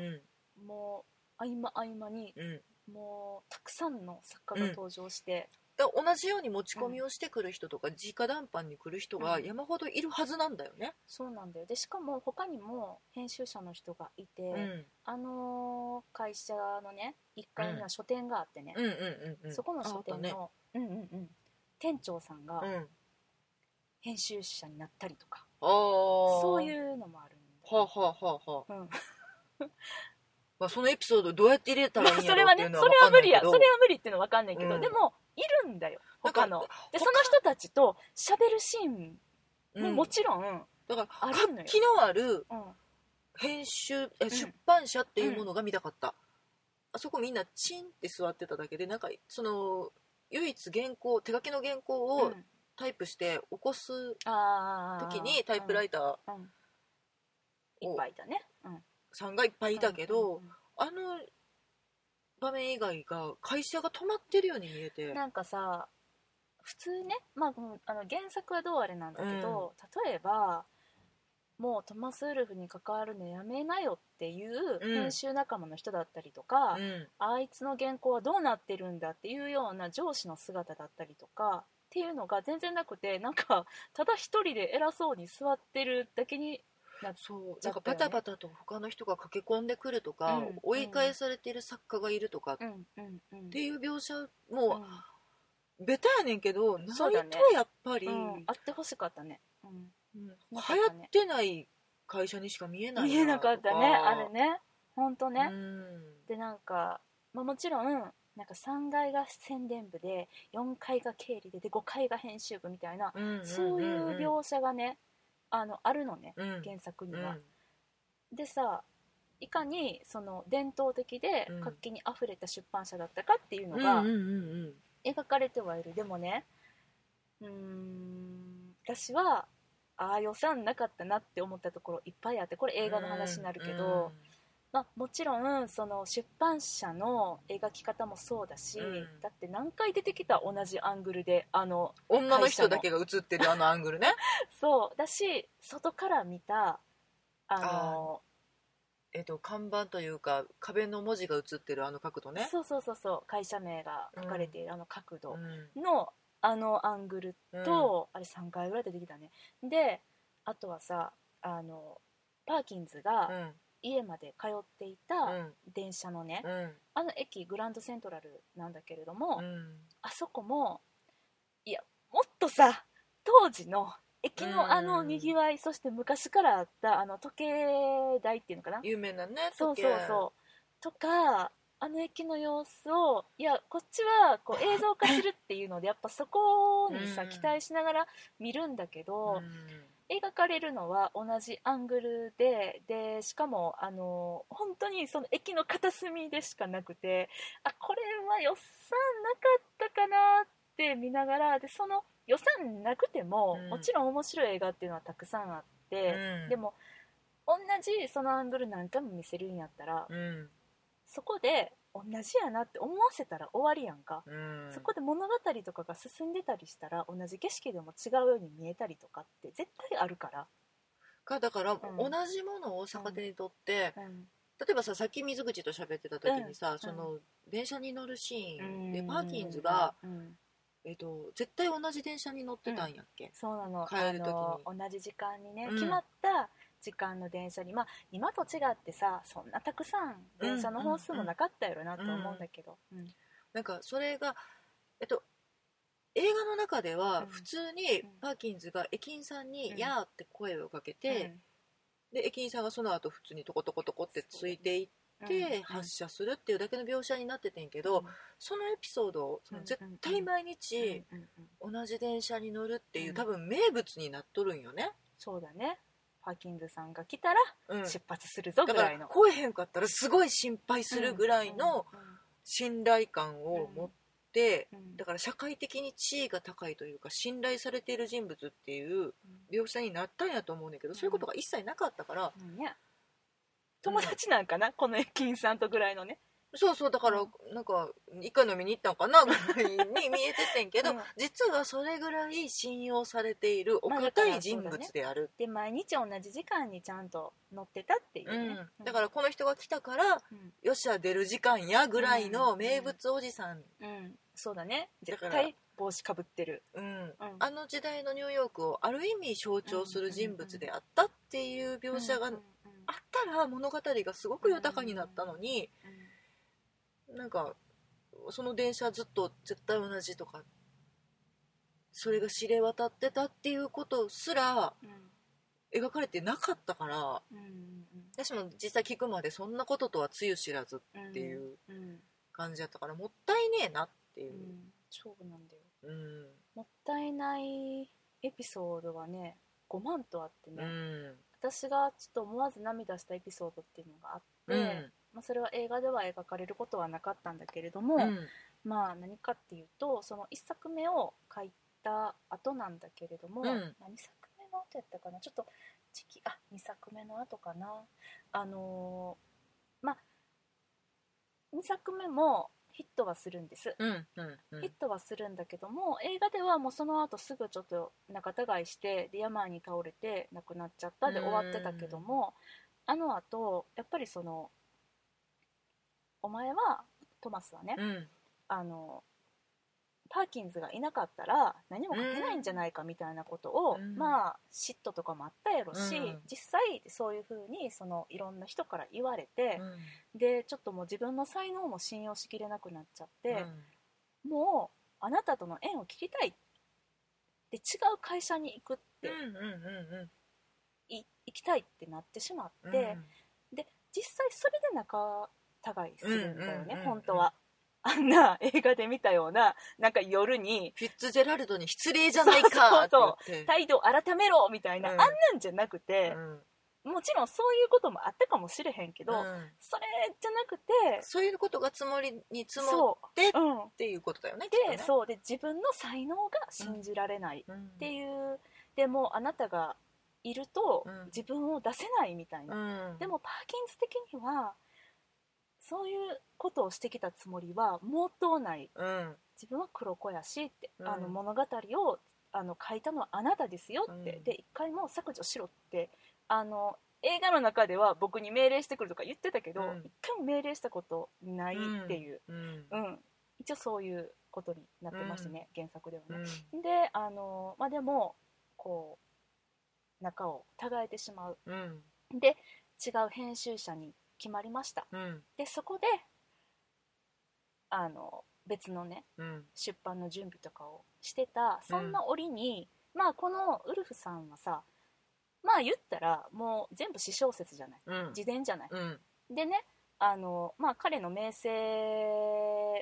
うんもう合間合間にうんもうたくさんの作家が登場して、だから同じように持ち込みをしてくる人とか、直談判に来る人がうん山ほどいるはずなんだよね。そうなんだよでしかも他にも編集者の人がいて、うん、うん、あのー会社のね1階には書店があってね、うんうんうんそこの書ああ店ったねの、うんうんうん、店長さんがうん、編集者になったりとか、あーそういうのもあるんだはあ、はあはあはあうん まあ、そのエピソードをどうやって 入れたらいいんそやれろうはっていねうのはそれは分無かんない理やけそどれは無理っていうのは分かんないけど、うんでもいるんだよなんか他のでそ他の人たちと喋るシーンもうんもちろん、だからあるのよ活気のあるうん編集えん出版社っていうものが見たかった、あそこみんなチンって座ってただけでなんかその唯一原稿手書きの原稿をタイプして起こす時にタイプライターター、うんうんいっぱいいたね、うん、さんがいっぱいいたけど、うんうんあの場面以外が会社が止まってるように見えうてんなんかさ普通ね、まあ、うんあの原作はどうあれなんだけど、例えばもうトマス・ウルフに関わるのやめなよっていううん編集仲間の人だったりとか、うんあいつの原稿はどうなってるんだっていうような上司の姿だったりとかっていうのが全然なくてなんかただ一人で偉そうに座ってるだけになっそうだなったんかよねバタバタと他の人が駆け込んでくるとか、うん追い返されてる作家がいるとかっうんうんうんていう描写うもんベタやねんけど、なそうだりねとやっぱり、うんあってほしかったね、うんうん流な行かったねってない会社にしか見えない見えなかったねあれねねほんとね、うんでなんか、まあ、もちろんなんか3階が宣伝部で4階が経理でで5階が編集部みたいな、うんんんんそういう描写がねあのあるのねうん原作にうは。んでさいかにその伝統的でうん活気にあふれた出版社だったかっていうのうんがうんうんうん描かれてはいる、でもねうーん私はああ予算なかったなって思ったところいっぱいあってこれ映画の話になるけど。まあ、もちろんその出版社の描き方もそうだし、うんだって何回出てきた同じアングルであの うん女の人だけが映ってるあのアングルねそうだし外から見たあのえっと看板というか壁の文字が映ってるあの角度ねそうそうそうそう会社名が書かれているあの角度うんの、あのアングルうんと、あれ3回ぐらい出てきたねであとはさあのパーキンズうがん家まで通っていうたん電車のね、うんあの駅グランドセントラルなんだけれども、うんあそこもいやもっとさ当時の駅うんのあのにぎわい、そして昔からあったあの時計台っていうのかな有名なねそうそううそうとかあの駅の様子をいやこっちはこう映像化するっていうのでやっぱそこにさうん期待しながら見るんだけど、描かれるのは同じアングルででしかもあの本当にその駅の片隅でしかなくてあこれは予算なかったかなって見ながらでその予算なくても、うんもちろん面白い映画っていうのはたくさんあって、でもも同じそのアングル何回も見せるんやったら、うんそこで同じやなって思わせたら終わりやんか。うんそこで物語とかが進んでたりしたら同じ景色でも違うように見えたりとかって絶対あるから、がだからん同じものを逆手にとってうん、例えばささっき水口と喋ってた時にうさんその電車に乗るシーンででパパーーキキンンズズがが、えっと絶対同じ電車に乗ってたんやっけそうなの帰る時にあの同じ時間にね、うん決まった時間の電車にまあ今と違ってさそんなたくさん電車の本数もなかったやろなと思うんだけど、うんなんかそれが、えっと、映画の中でうはん普通にうんパーキンズが駅員さんうにん「やー」って声をかけて、で駅員さんがその後普通にトコトコトコってついていっうんて発射するっていうだけの描写になっててんけど、そのエピソードをそのうん絶対毎うん日うんうんうん同じ電車に乗るっていううん多分名物になっとるんよね。そうだねパーキンズさんが来たらうん出発するぞぐだからいらの、来えへんかったらすごい心配するぐらいの信頼感を持ってうん、うんだから社会的に地位が高いというか信頼されている人物っていう描写になったんやと思うねんだけうど、んそういうことが一切なかったからうんね友達なんかな、この駅員さんとぐらいのねそうそうだからうんなんか一回飲みに行ったんかなぐらいに見えててんけど、うん実はそれぐらい信用されているおまあだか堅らい人物である、で毎日同じ時間にちゃんと乗ってたっていうね、うん、だからこの人が来たからうんよっしゃ出る時間やぐらいの名物おじさん、うん、そうだねだ絶から対帽子かぶってる、うん、うんあの時代のニューヨークをある意味象徴する人物であったっていう描写がうんうんあったら物語がすごく豊かになったのに、なんかその電車ずっと絶対同じとかそれが知れ渡ってたっていうことすらうん描かれてなかったからうんうん私も実際聞くまでそんなこととはつゆ知らずっうんていううん感じだったからもったいねえなっていうう、んそうなんだようんもったいないエピソードはね5万とあってね、うん私がちょっと思わず涙したエピソードっていうのがあって、うんまあ、それは映画では描かれることはなかったんだけれども、うんまあ何かっていうとその1作目を書いた後なんだけれども、うん何作目の後やったかなちょっと時期あ2作目の後かなあのーまあ2作目もヒットはするんです、うんうんうんヒットはするんだけども映画ではもうその後すぐちょっと仲違いしてで病に倒れて亡くなっちゃったでう終んわってたけどもあのあとやっぱりそのお前はトマスはね、うんあのパーキンズがいなかったら何も書けないんじゃないかみたいなことを、うんまあ嫉妬とかもあったやろし、うん実際そういうふうにそのいろんな人から言われてう、んでちょっともう自分の才能も信用しきれなくなっちゃっうて、んもうあなたとの縁を切りたいで違う会社に行くって、うんうんうんい行きたいってなってしまうんって、実際それで仲違いするんだよね、うんうんうんうん本当は。あんな映画で見たようななんか夜にフィッツジェラルドに失礼じゃないかって言って態度を改めろみたいな、うんあんなんじゃなくて、うんもちろんそういうこともあったかもしれへんけど、うんそれじゃなくてそういうことが積もりに積もっそてっう、うん、ていうことだよねで、きっとねそうで自分の才能が信じられないうんっていう、でもあなたがいるとうん自分を出せないみたいな、うんでもパーキンズ的にはそういうことをしてきたつもりは毛頭ないうん自分は黒子やしって、うんあの物語をあの書いたのはあなたですよって、うんで一回もう削除しろってあの映画の中では僕に命令してくるとか言ってたけど、うん一回も命令したことないっていう、うんうん一応そういうことになってましたね、原作ではうんね。であの、まあ、でもこう仲を違えてしまううんで違う編集者に決まりましたうんでそこであの別のねうん出版の準備とかをしてたそんな折に、まあこのウルフさんはさまあ言ったらもう全部私小説じゃないうん自伝じゃない、うんでねあのまあ彼の名声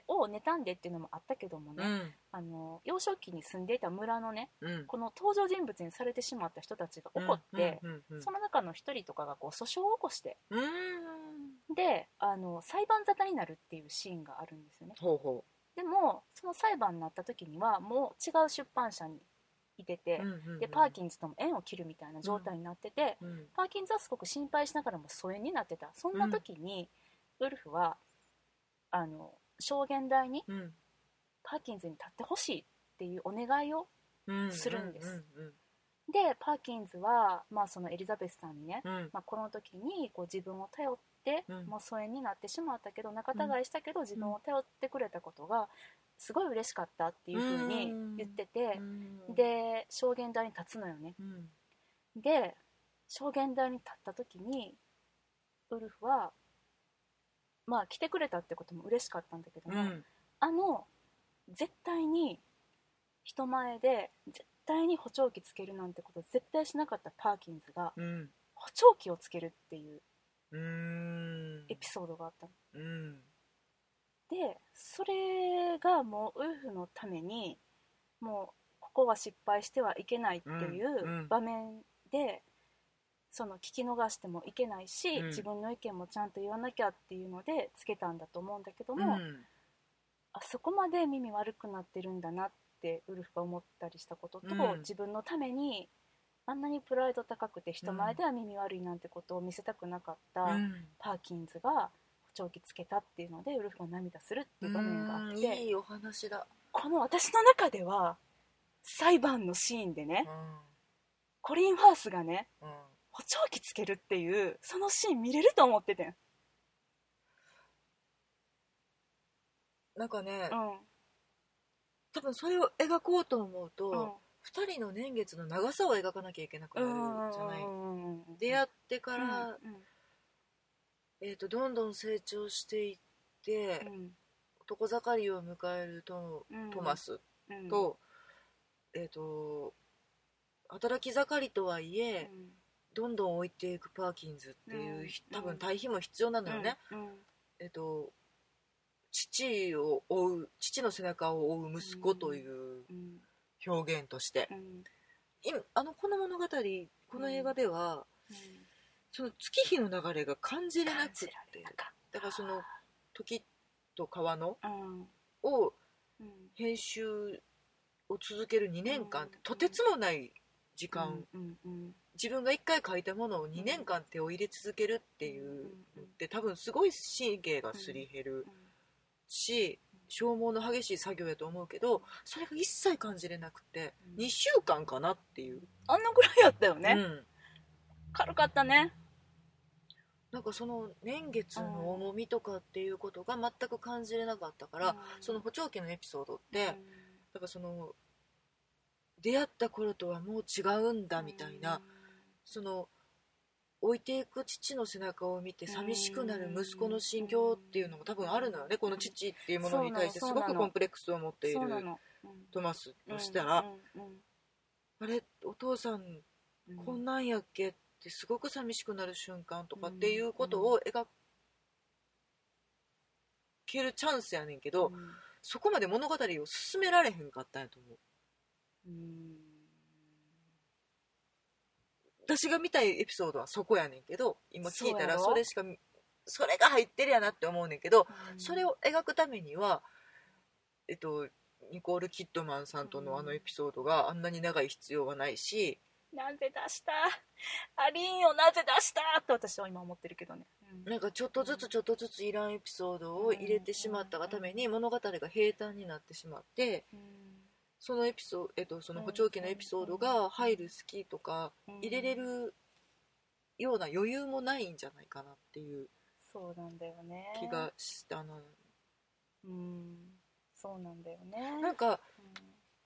を妬んでっていうのもあったけどもね、うんあの幼少期に住んでいた村のねうんこの登場人物にされてしまった人たちが怒って、うんうんうんその中の一人とかがこう訴訟を起こしてうんであの裁判沙汰になるっていうシーンがあるんですよねほうほでもその裁判になった時にはもう違う出版社にいててう、うんうんうんでパーキンズとも縁を切るみたいな状態になってて、うんパーキンズはすごく心配しながらも疎遠になってたそんな時に、ウルフはあの証言台にうんパーキンズに立ってほしいっていうお願いをうんするんですうんでパーキンズは、まあ、そのエリザベスさんにね、うんまあ、この時にこう自分を頼って、うんもう疎遠になってしまったけど仲違いしたけど自分を頼ってくれたことがすごい嬉しかったっていうふうに言っててう、んで証言台に立つのよねうんで証言台に立った時にウルフはまあ来てくれたってことも嬉しかったんだけどうも、んあの絶対に人前で絶対に補聴器つけるなんてこと絶対しなかったパーキンズがうん補聴器をつけるっていううんエピソードがあったのうんでそれがもうウルフのためにもうここは失敗してはいけないっていんううん場面で、その聞き逃してもいけないし、うん自分の意見もちゃんと言わなきゃっていうのでつけたんだと思うんだけどうも、んあそこまで耳悪くなってるんだなってウルフが思ったりしたことと、うん自分のためにあんなにプライド高くて人前では耳悪いなんてことを見せたくなかった。うんパーキンズが補聴器つけたっていうのでウルフが涙するっていう場面があっていいお話だこの私の中では裁判のシーンでねコリン・ファースがねうんうん補聴器つけるっていうそのシーン見れると思っててん、なんかねうん多分それを描こうと思ううんと2人の年月の長さを描かなきゃいけなくなるじゃない出会っってかたらえーとどんどん成長していって男盛りを迎えるトトマスとえーと働き盛りとはいえどんどん置いていくパーキンズっていうひうん多分対比も必要なのよねえっと、父を追う父の背中を追う息子という表現として、今あのこの物語この映画では、その月日の流れが感じれな感くじてられなかっだからその「時と川のうん」をうん編集を続ける2年間ってうんとてつもない時間、うんうん自分が1回書いたものを2年間手を入れ続けるっていうのって多分すごい神経がすり減るし消耗の激しい作業やと思うけどそれが一切感じれなくてうん2週間かなっていう、あんなぐらいやったよね、うん軽かったねなんかその年月の重みとかっていうことが全く感じれなかったから、その補聴器のエピソードって、だからその出会った頃とはもう違うんだみたいな、その置いていく父の背中を見て寂しくなる息子の心境っていうのも多分あるのよねこの父っていうものに対してそうなすごのそうなのくコンプレックスを持っているそうなの、トマスうんとしたら、うんうんあれお父さんうんこんなんやっけってすごく寂しくなる瞬間とかっていうことを描けるチャンスやねんけど、そこまで物語を進められへんかったんやと思ううん私が見たいエピソードはそこやねんけど今聞いたらそうやろそれしかそれが入ってるやなって思うねんけどうんそれを描くためにはえっとニコール・キッドマンさんとのあのエピソードがあんなに長い必要はないしなぜ出したアリーンをなぜ出したって私は今思ってるけどね、うんなんかちょっとずつちょっとずついらんエピソードを入れてしまったがために物語が平坦になってしまってそのエピソード、えっと、その補聴器のエピソードが入る好きとかうん入れれるような余裕もないんじゃないかなっていうそうなんだよね気がしたな。うんそうなんだよねなんか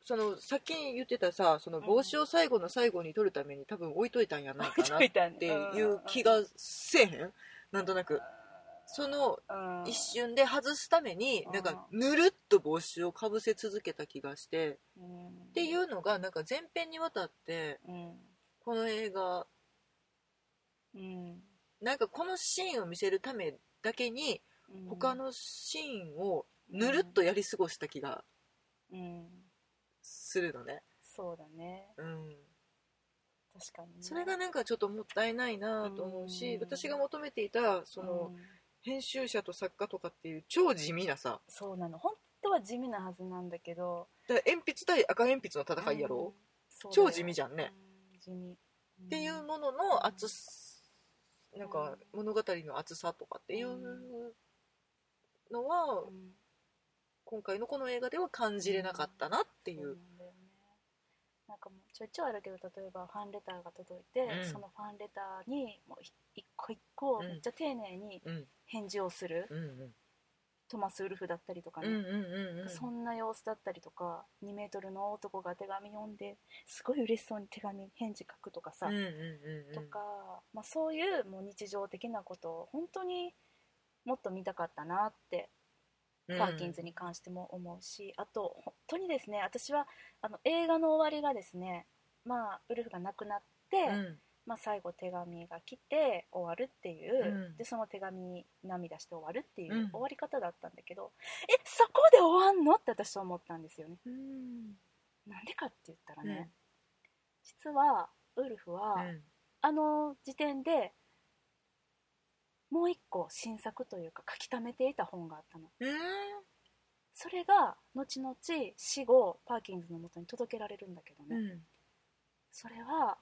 そのさっき言ってたさその帽子を最後の最後に取るために多分置いといたんやないかなっっていう気がせえへんなんとなくその一瞬で外すためになんかぬるっと帽子をかぶせ続けた気がしてっっていううのがなんか前編にわたってんこの映画うんなんかこのシーンを見せるためだけにうん他のシーンをぬるっとやり過ごした気がうんするのね、そうだねうん、確かにねそれがなんかちょっともったいないなと思うし、うん私が求めていたその、うん編集者と作家とかっていう超地味なさそうなの本当は地味なはずなんだけどだから鉛筆対赤鉛筆の戦いやろ、う超地味じゃんね、うん地味っっていうものの厚すなんか物語の厚さとかっていうのは今回のこの映画では感じれなかったなっていう、そうなんだよねなんかもうちょいちょいあるけど例えばファンレターが届いて、うんそのファンレターにもうひ一個一個うんめっちゃ丁寧にうん返事をする、うんうんトマス・ウルフだったりとかうね、んうんうんそんな様子だったりとか2メートルの男が手紙読んですごい嬉しそうに手紙返事書くとかさ、うんうんうんうんとか、まあ、そういうもう日常的なことを本当にもっと見たかったなってパーキンズに関しても思うし、あと本当にですね私はあの映画の終わりがですね、まあ、ウルフが亡くなって、うんまあ、最後手紙が来て終わるっていう、うんでその手紙に涙して終わるっていううん終わり方だったんだけど、えそこで終わんのって私は思ったんですよねうんなんでかって言ったらね、実はウルフは、うんあの時点でもう一個新作というか書き溜めていた本があったのそれが後々死後パーキンズのもとに届けられるんだけどうね、んそれは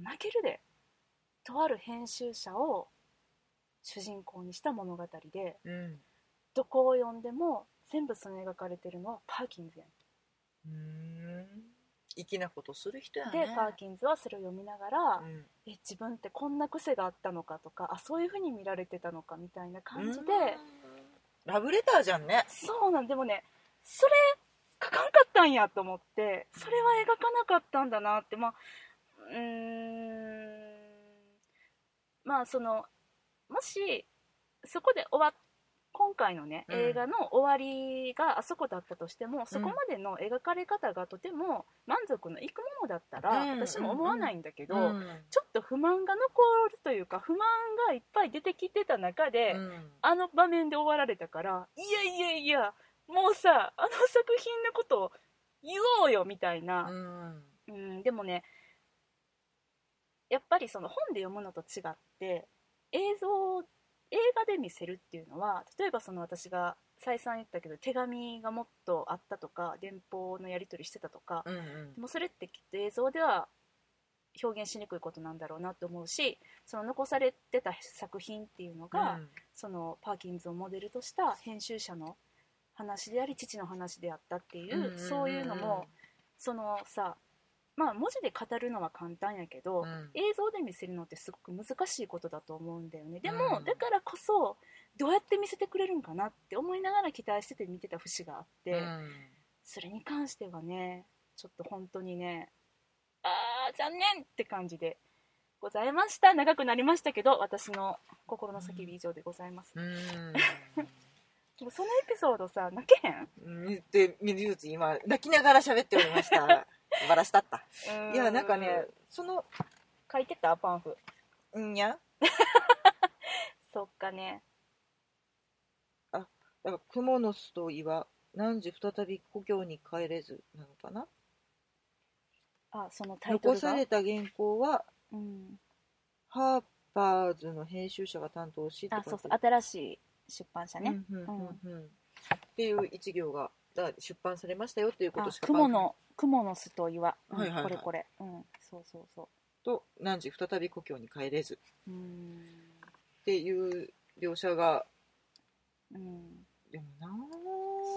泣けるでとある編集者を主人公にした物語でうんどこを読んでも全部その描かれてるのはパーキンズやんうん粋なことする人やでねパーキンズはそれを読みながら、うんえ自分ってこんな癖があったのかとかあそういうふうに見られてたのかみたいな感じで、うんラブレターじゃんねそうなんでもねそれ書かんかったんやと思ってそれは描かなかったんだなってまあうーんまあそのもしそこで終わっ今回のねうん映画の終わりがあそこだったとしても、そこまでの描かれ方がとても満足のいくものだったら、うん私も思わないんだけど、うんちょっと不満が残るというか不満がいっぱい出てきてた中で、うんあの場面で終わられたからいやいやいやもうさあの作品のことを言おうよみたいな、うんうんでもねやっぱりその本で読むのと違って映像映画で見せるっていうのは例えばその私が再三言ったけど手紙がもっとあったとか電報のやり取りしてたとか、うんうんでもそれってきっと映像では表現しにくいことなんだろうなと思うしその残されてた作品っていうのが、うんそのパーキンズをモデルとした編集者の話であり父の話であったっていう,、うんうんうんそういうのもそのさまあ文字で語るのは簡単やけど、うん映像で見せるのってすごく難しいことだと思うんだよねでも、うんだからこそどうやって見せてくれるんかなって思いながら期待してて見てた節があって、うんそれに関してはねちょっと本当にねあー残念って感じでございました長くなりましたけど私の心の叫び以上でございます、でもそのエピソードさ泣けへんうんで水口今泣きながら喋っておりました バラしたったいやなんかねその書いてたパンフうんやそっかねだから「蜘蛛の巣と岩何時再び故郷に帰れず」なのかなあそのタイト残ルがされた原稿はうん、ハーパーズの編集者が担当しってあ書いてそうるそう新しい出版社ね、うんうんうんうんっていう一行がだから出版されましたよっていうことしか雲の雲の巣と岩、うんはいはいこはいれこれ、うん、そうそうそと「何時再び故郷に帰れず」ううんっていう描写がうんでもな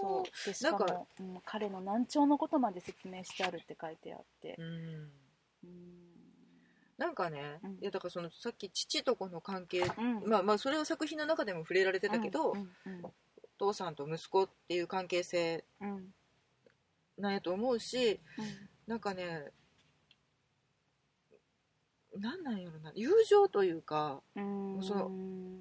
そうでしかもなんかうん、彼の難聴のことまで説明してあるって書いてあってう、んうんなんかね、うんいやだからそのさっき父と子の関係、うん、まあまあそれは作品の中でも触れられてたけど、うんうんお父さんと息子っていう関係性うんうんなんやと思うしうんなんかねなんなんやろな友情というかうんそのうん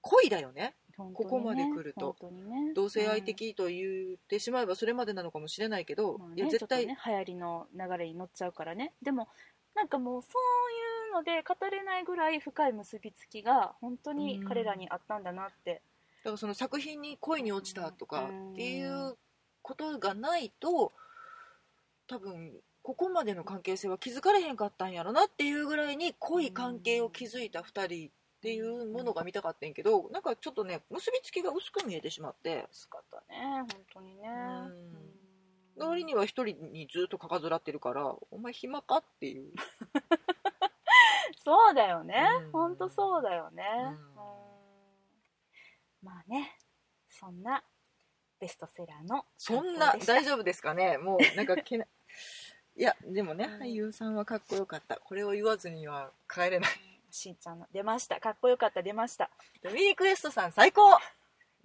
恋だよね本当にねここまで来ると本当にね同性愛的と言ってしまえばそれまでなのかもしれないけど、まあねいや絶対、ちょっとね、流行りの流れに乗っちゃうからねでもなんかもうそういうので語れないぐらい深い結びつきが本当に彼らにあったんだなって、だからその作品に恋に落ちたとかっていうことがないと多分ここまでの関係性は気づかれへんかったんやろなっていうぐらいに濃い関係を築いた2人っていうものが見たかったんやけどなんかちょっとね結びつきが薄く見えてしまって仕方ね本当にねうんうん周りには1人にずっとかかずらってるからお前暇かっていうそうだよねうん本当そうだよねうんうんまあねそんなベストセラーのそんな感想でした大丈夫ですかねもうなんかけないやでもねうん俳優さんはかっこよかったこれを言わずには帰れないしんちゃんの出ましたかっこよかった出ましたドミニクエストさん最高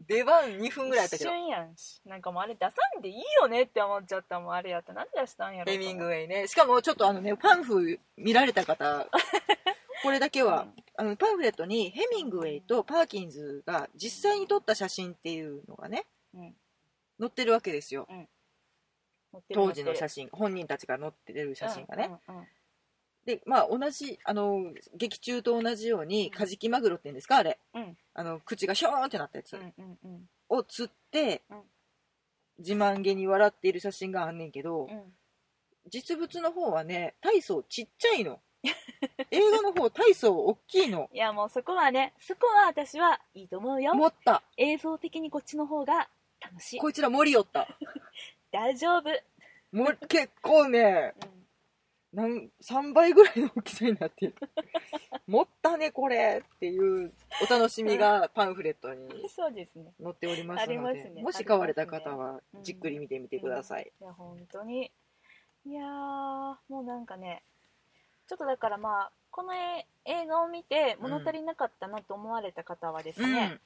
出番2分ぐらいやったけ一ど瞬やんしなんかもうあれ出さんでいいよねって思っちゃったもんあれやったなんで出したんやろヘミングウェイねしかもちょっとあのねパンフ見られ た方これだけは、あのパンフレットにヘミングウェイとパーキンズが実際に撮った写真っていうのがねうん載ってるわけですよ持ってる当時の持っ写真本人たちが載ってるて写る真がね、うんうんうんでまあ同じあの劇中と同じようにカジキマグロって言うんですかあれ、うんあの口がヒョーンってなったやつ、うんうんうんを釣って、うん自慢げに笑っている写真があんねんけど、うん実物の方はね大層ちっちゃいの 映画の方大層大きい のいやもうそこはねそこは私はいいと思うよ持った映像的にこっちの方が楽しいこいつら森寄った大丈夫、も 結構ねうんなん3倍ぐらいの大きさになってる 持ったねこれっていうお楽しみがパンフレットにそうですね載っておりますのでありますねもし買われた方はじっくり見てみてください、いや本当にいやーもうなんかねちょっとだからまあこの絵映画を見て物足りなかったなと思われた方はですね、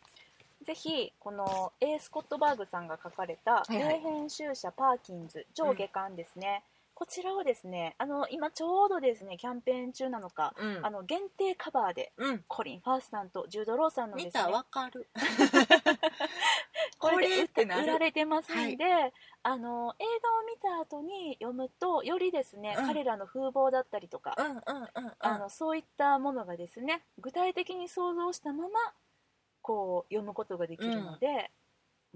ぜひこの A. スコットバーグさんが書かれた「いは名い編集者パーキンズ上下巻」ですね、こちらをですねあの今ちょうどですねキャンペーン中なのか、うんうんあの限定カバーでうんコリン・ファースさんとジュード・ローさんのです、ね、見たわかるこれこれでって売なる売られてますんで、あの映画を見た後に読むとよりですね、うん彼らの風貌だったりとか、うんうんうんうんあのそういったものがですね具体的に想像したままこう読むことができるので、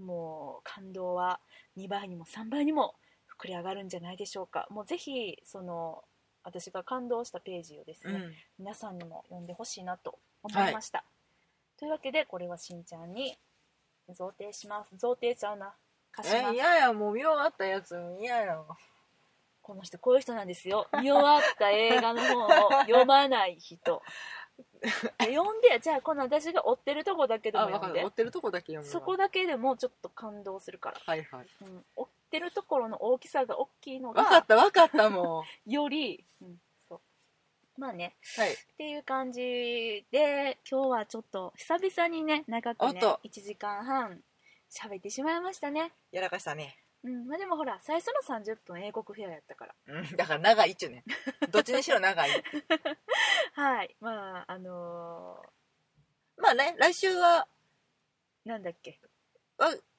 もう感動は2倍にも3倍にも膨れ上がるんじゃないでしょうかもうぜひその私が感動したページをですうね、ん皆さんにも読んでほしいなと思いました、というわけでこれはしんちゃんに贈呈します贈呈ちゃうな貸しまえす嫌やもう見終わったやつ嫌やこの人こういう人なんですよ見終わった映画の本を読まない 人読んでじゃあこの私が追ってるとこだけでもあ分か読んるで追ってるとこだけ読むわそこだけでもちょっと感動するから、はいはいうん、追ってるところの大きさが大きいの分かっがた分かったもより、うん、そうまあねうはいっていう感じで今日はちょっと久々にね長くねおっと1時間半喋ってしまいましたね やらかしたねうんまあでもほら最初の30分英国フェアやったからうんだから長いっちゅうねどっちにしろ長いはいまああの まあね来週はーなんだっけ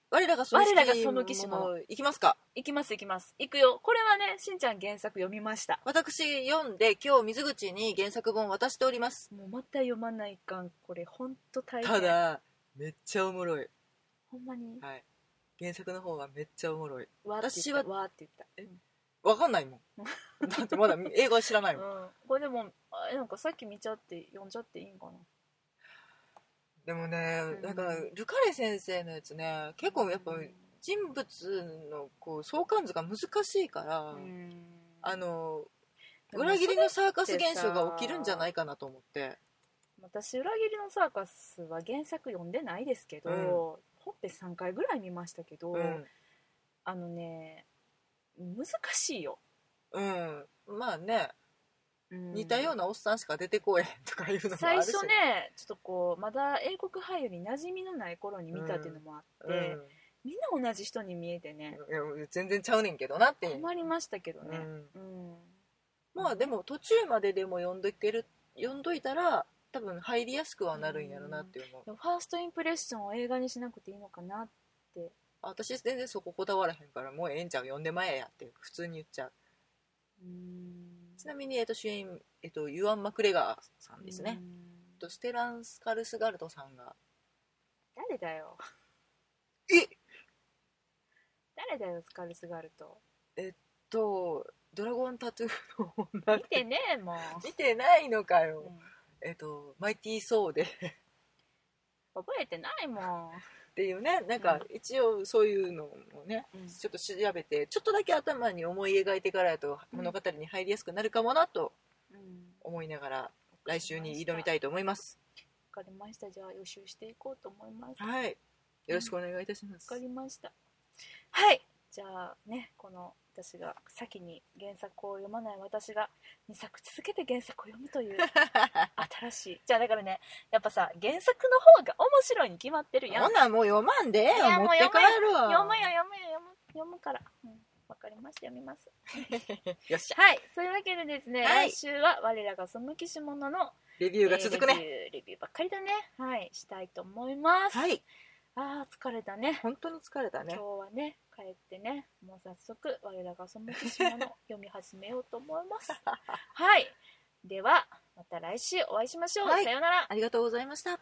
我らがその我らが背きし者いきますか行きます行きます行くよこれはねしんちゃん原作読みました私読んで今日水口に原作本渡しておりますもうまた読まないかんこれほんと大変ただめっちゃおもろいほんまにはい原作の方がめっちゃおもろいわーって私言っはたわーって言っわかんないも んだってまだ映画知らないた、もんうん、これでもあなんかさっき見ちゃって読んじゃっていいんかなでもねんなんかルカレ先生のやつね結構やっぱ人物のこう相関図が難しいから、うんあのでも裏切りのサーカスそれって現さ象が起きるんじゃないかなと思って私「裏切りのサーカス」は原作読んでないですけど、うほっぺ3回ぐらい見ましたけど、うん、あのね難しいよ、うん、まあねうん似たようなおっさんしか出てこえへんとかいうのもあ最るし初ねちょっとこうまだ英国俳優に馴染みのない頃に見たっていうのもあって、みんな同じ人に見えてねうん、いや全然ちゃうねんけどなっていう困りましたけどうね、んうんまあでも途中まででも読んどける読んどいたら多分入りやすくはなるんやろなっていうの、でもファーストインプレッションを映画にしなくていいのかな私全然そここだわらへんからもうええんちゃう読んでまえやって普通に言っちゃううんちなみに、えっと、主演、えっと、ユアン・マクレガーさんですね、うんえっとステランス・カルスガルトさんが誰だよえ誰だよスカルスガルトとドラゴンタトゥーの女見 てねえもん、見てないのかよ、うんえっとマイティー・ソーでっ覚えてない もていうねなんか一応そういうのもねん、ちょっと調べてちょっとだけ頭に思い描いてからやとうん物語に入りやすくなるかもなとうん思いながら来週に挑みたいと思いますわかりましたじゃあ予習していこうと思いますわはいよろしくお願いいたします、かりましたはいじゃあねこの私が先に原作を読まない私が2作続けて原作を読むと いう新しいじゃあだからねやっぱさ原作の方が面白いに決まってるやんほんなんもう読まんでええいやよ持って帰るわ読むよ読むよ読む読むから、うん、わかりました読みます よっしゃはいそういうわけでですね、はい来週は我らが背きし者のレビューが続くね、えーレビューレビューばっかりだねはいしたいと思います、はいあー疲れたね本当に疲れた今ね日はね帰ってねもう早速我らがその岸の 読み始めようと思いますはいではまた来週お会いしましょう、はいさようならありがとうございました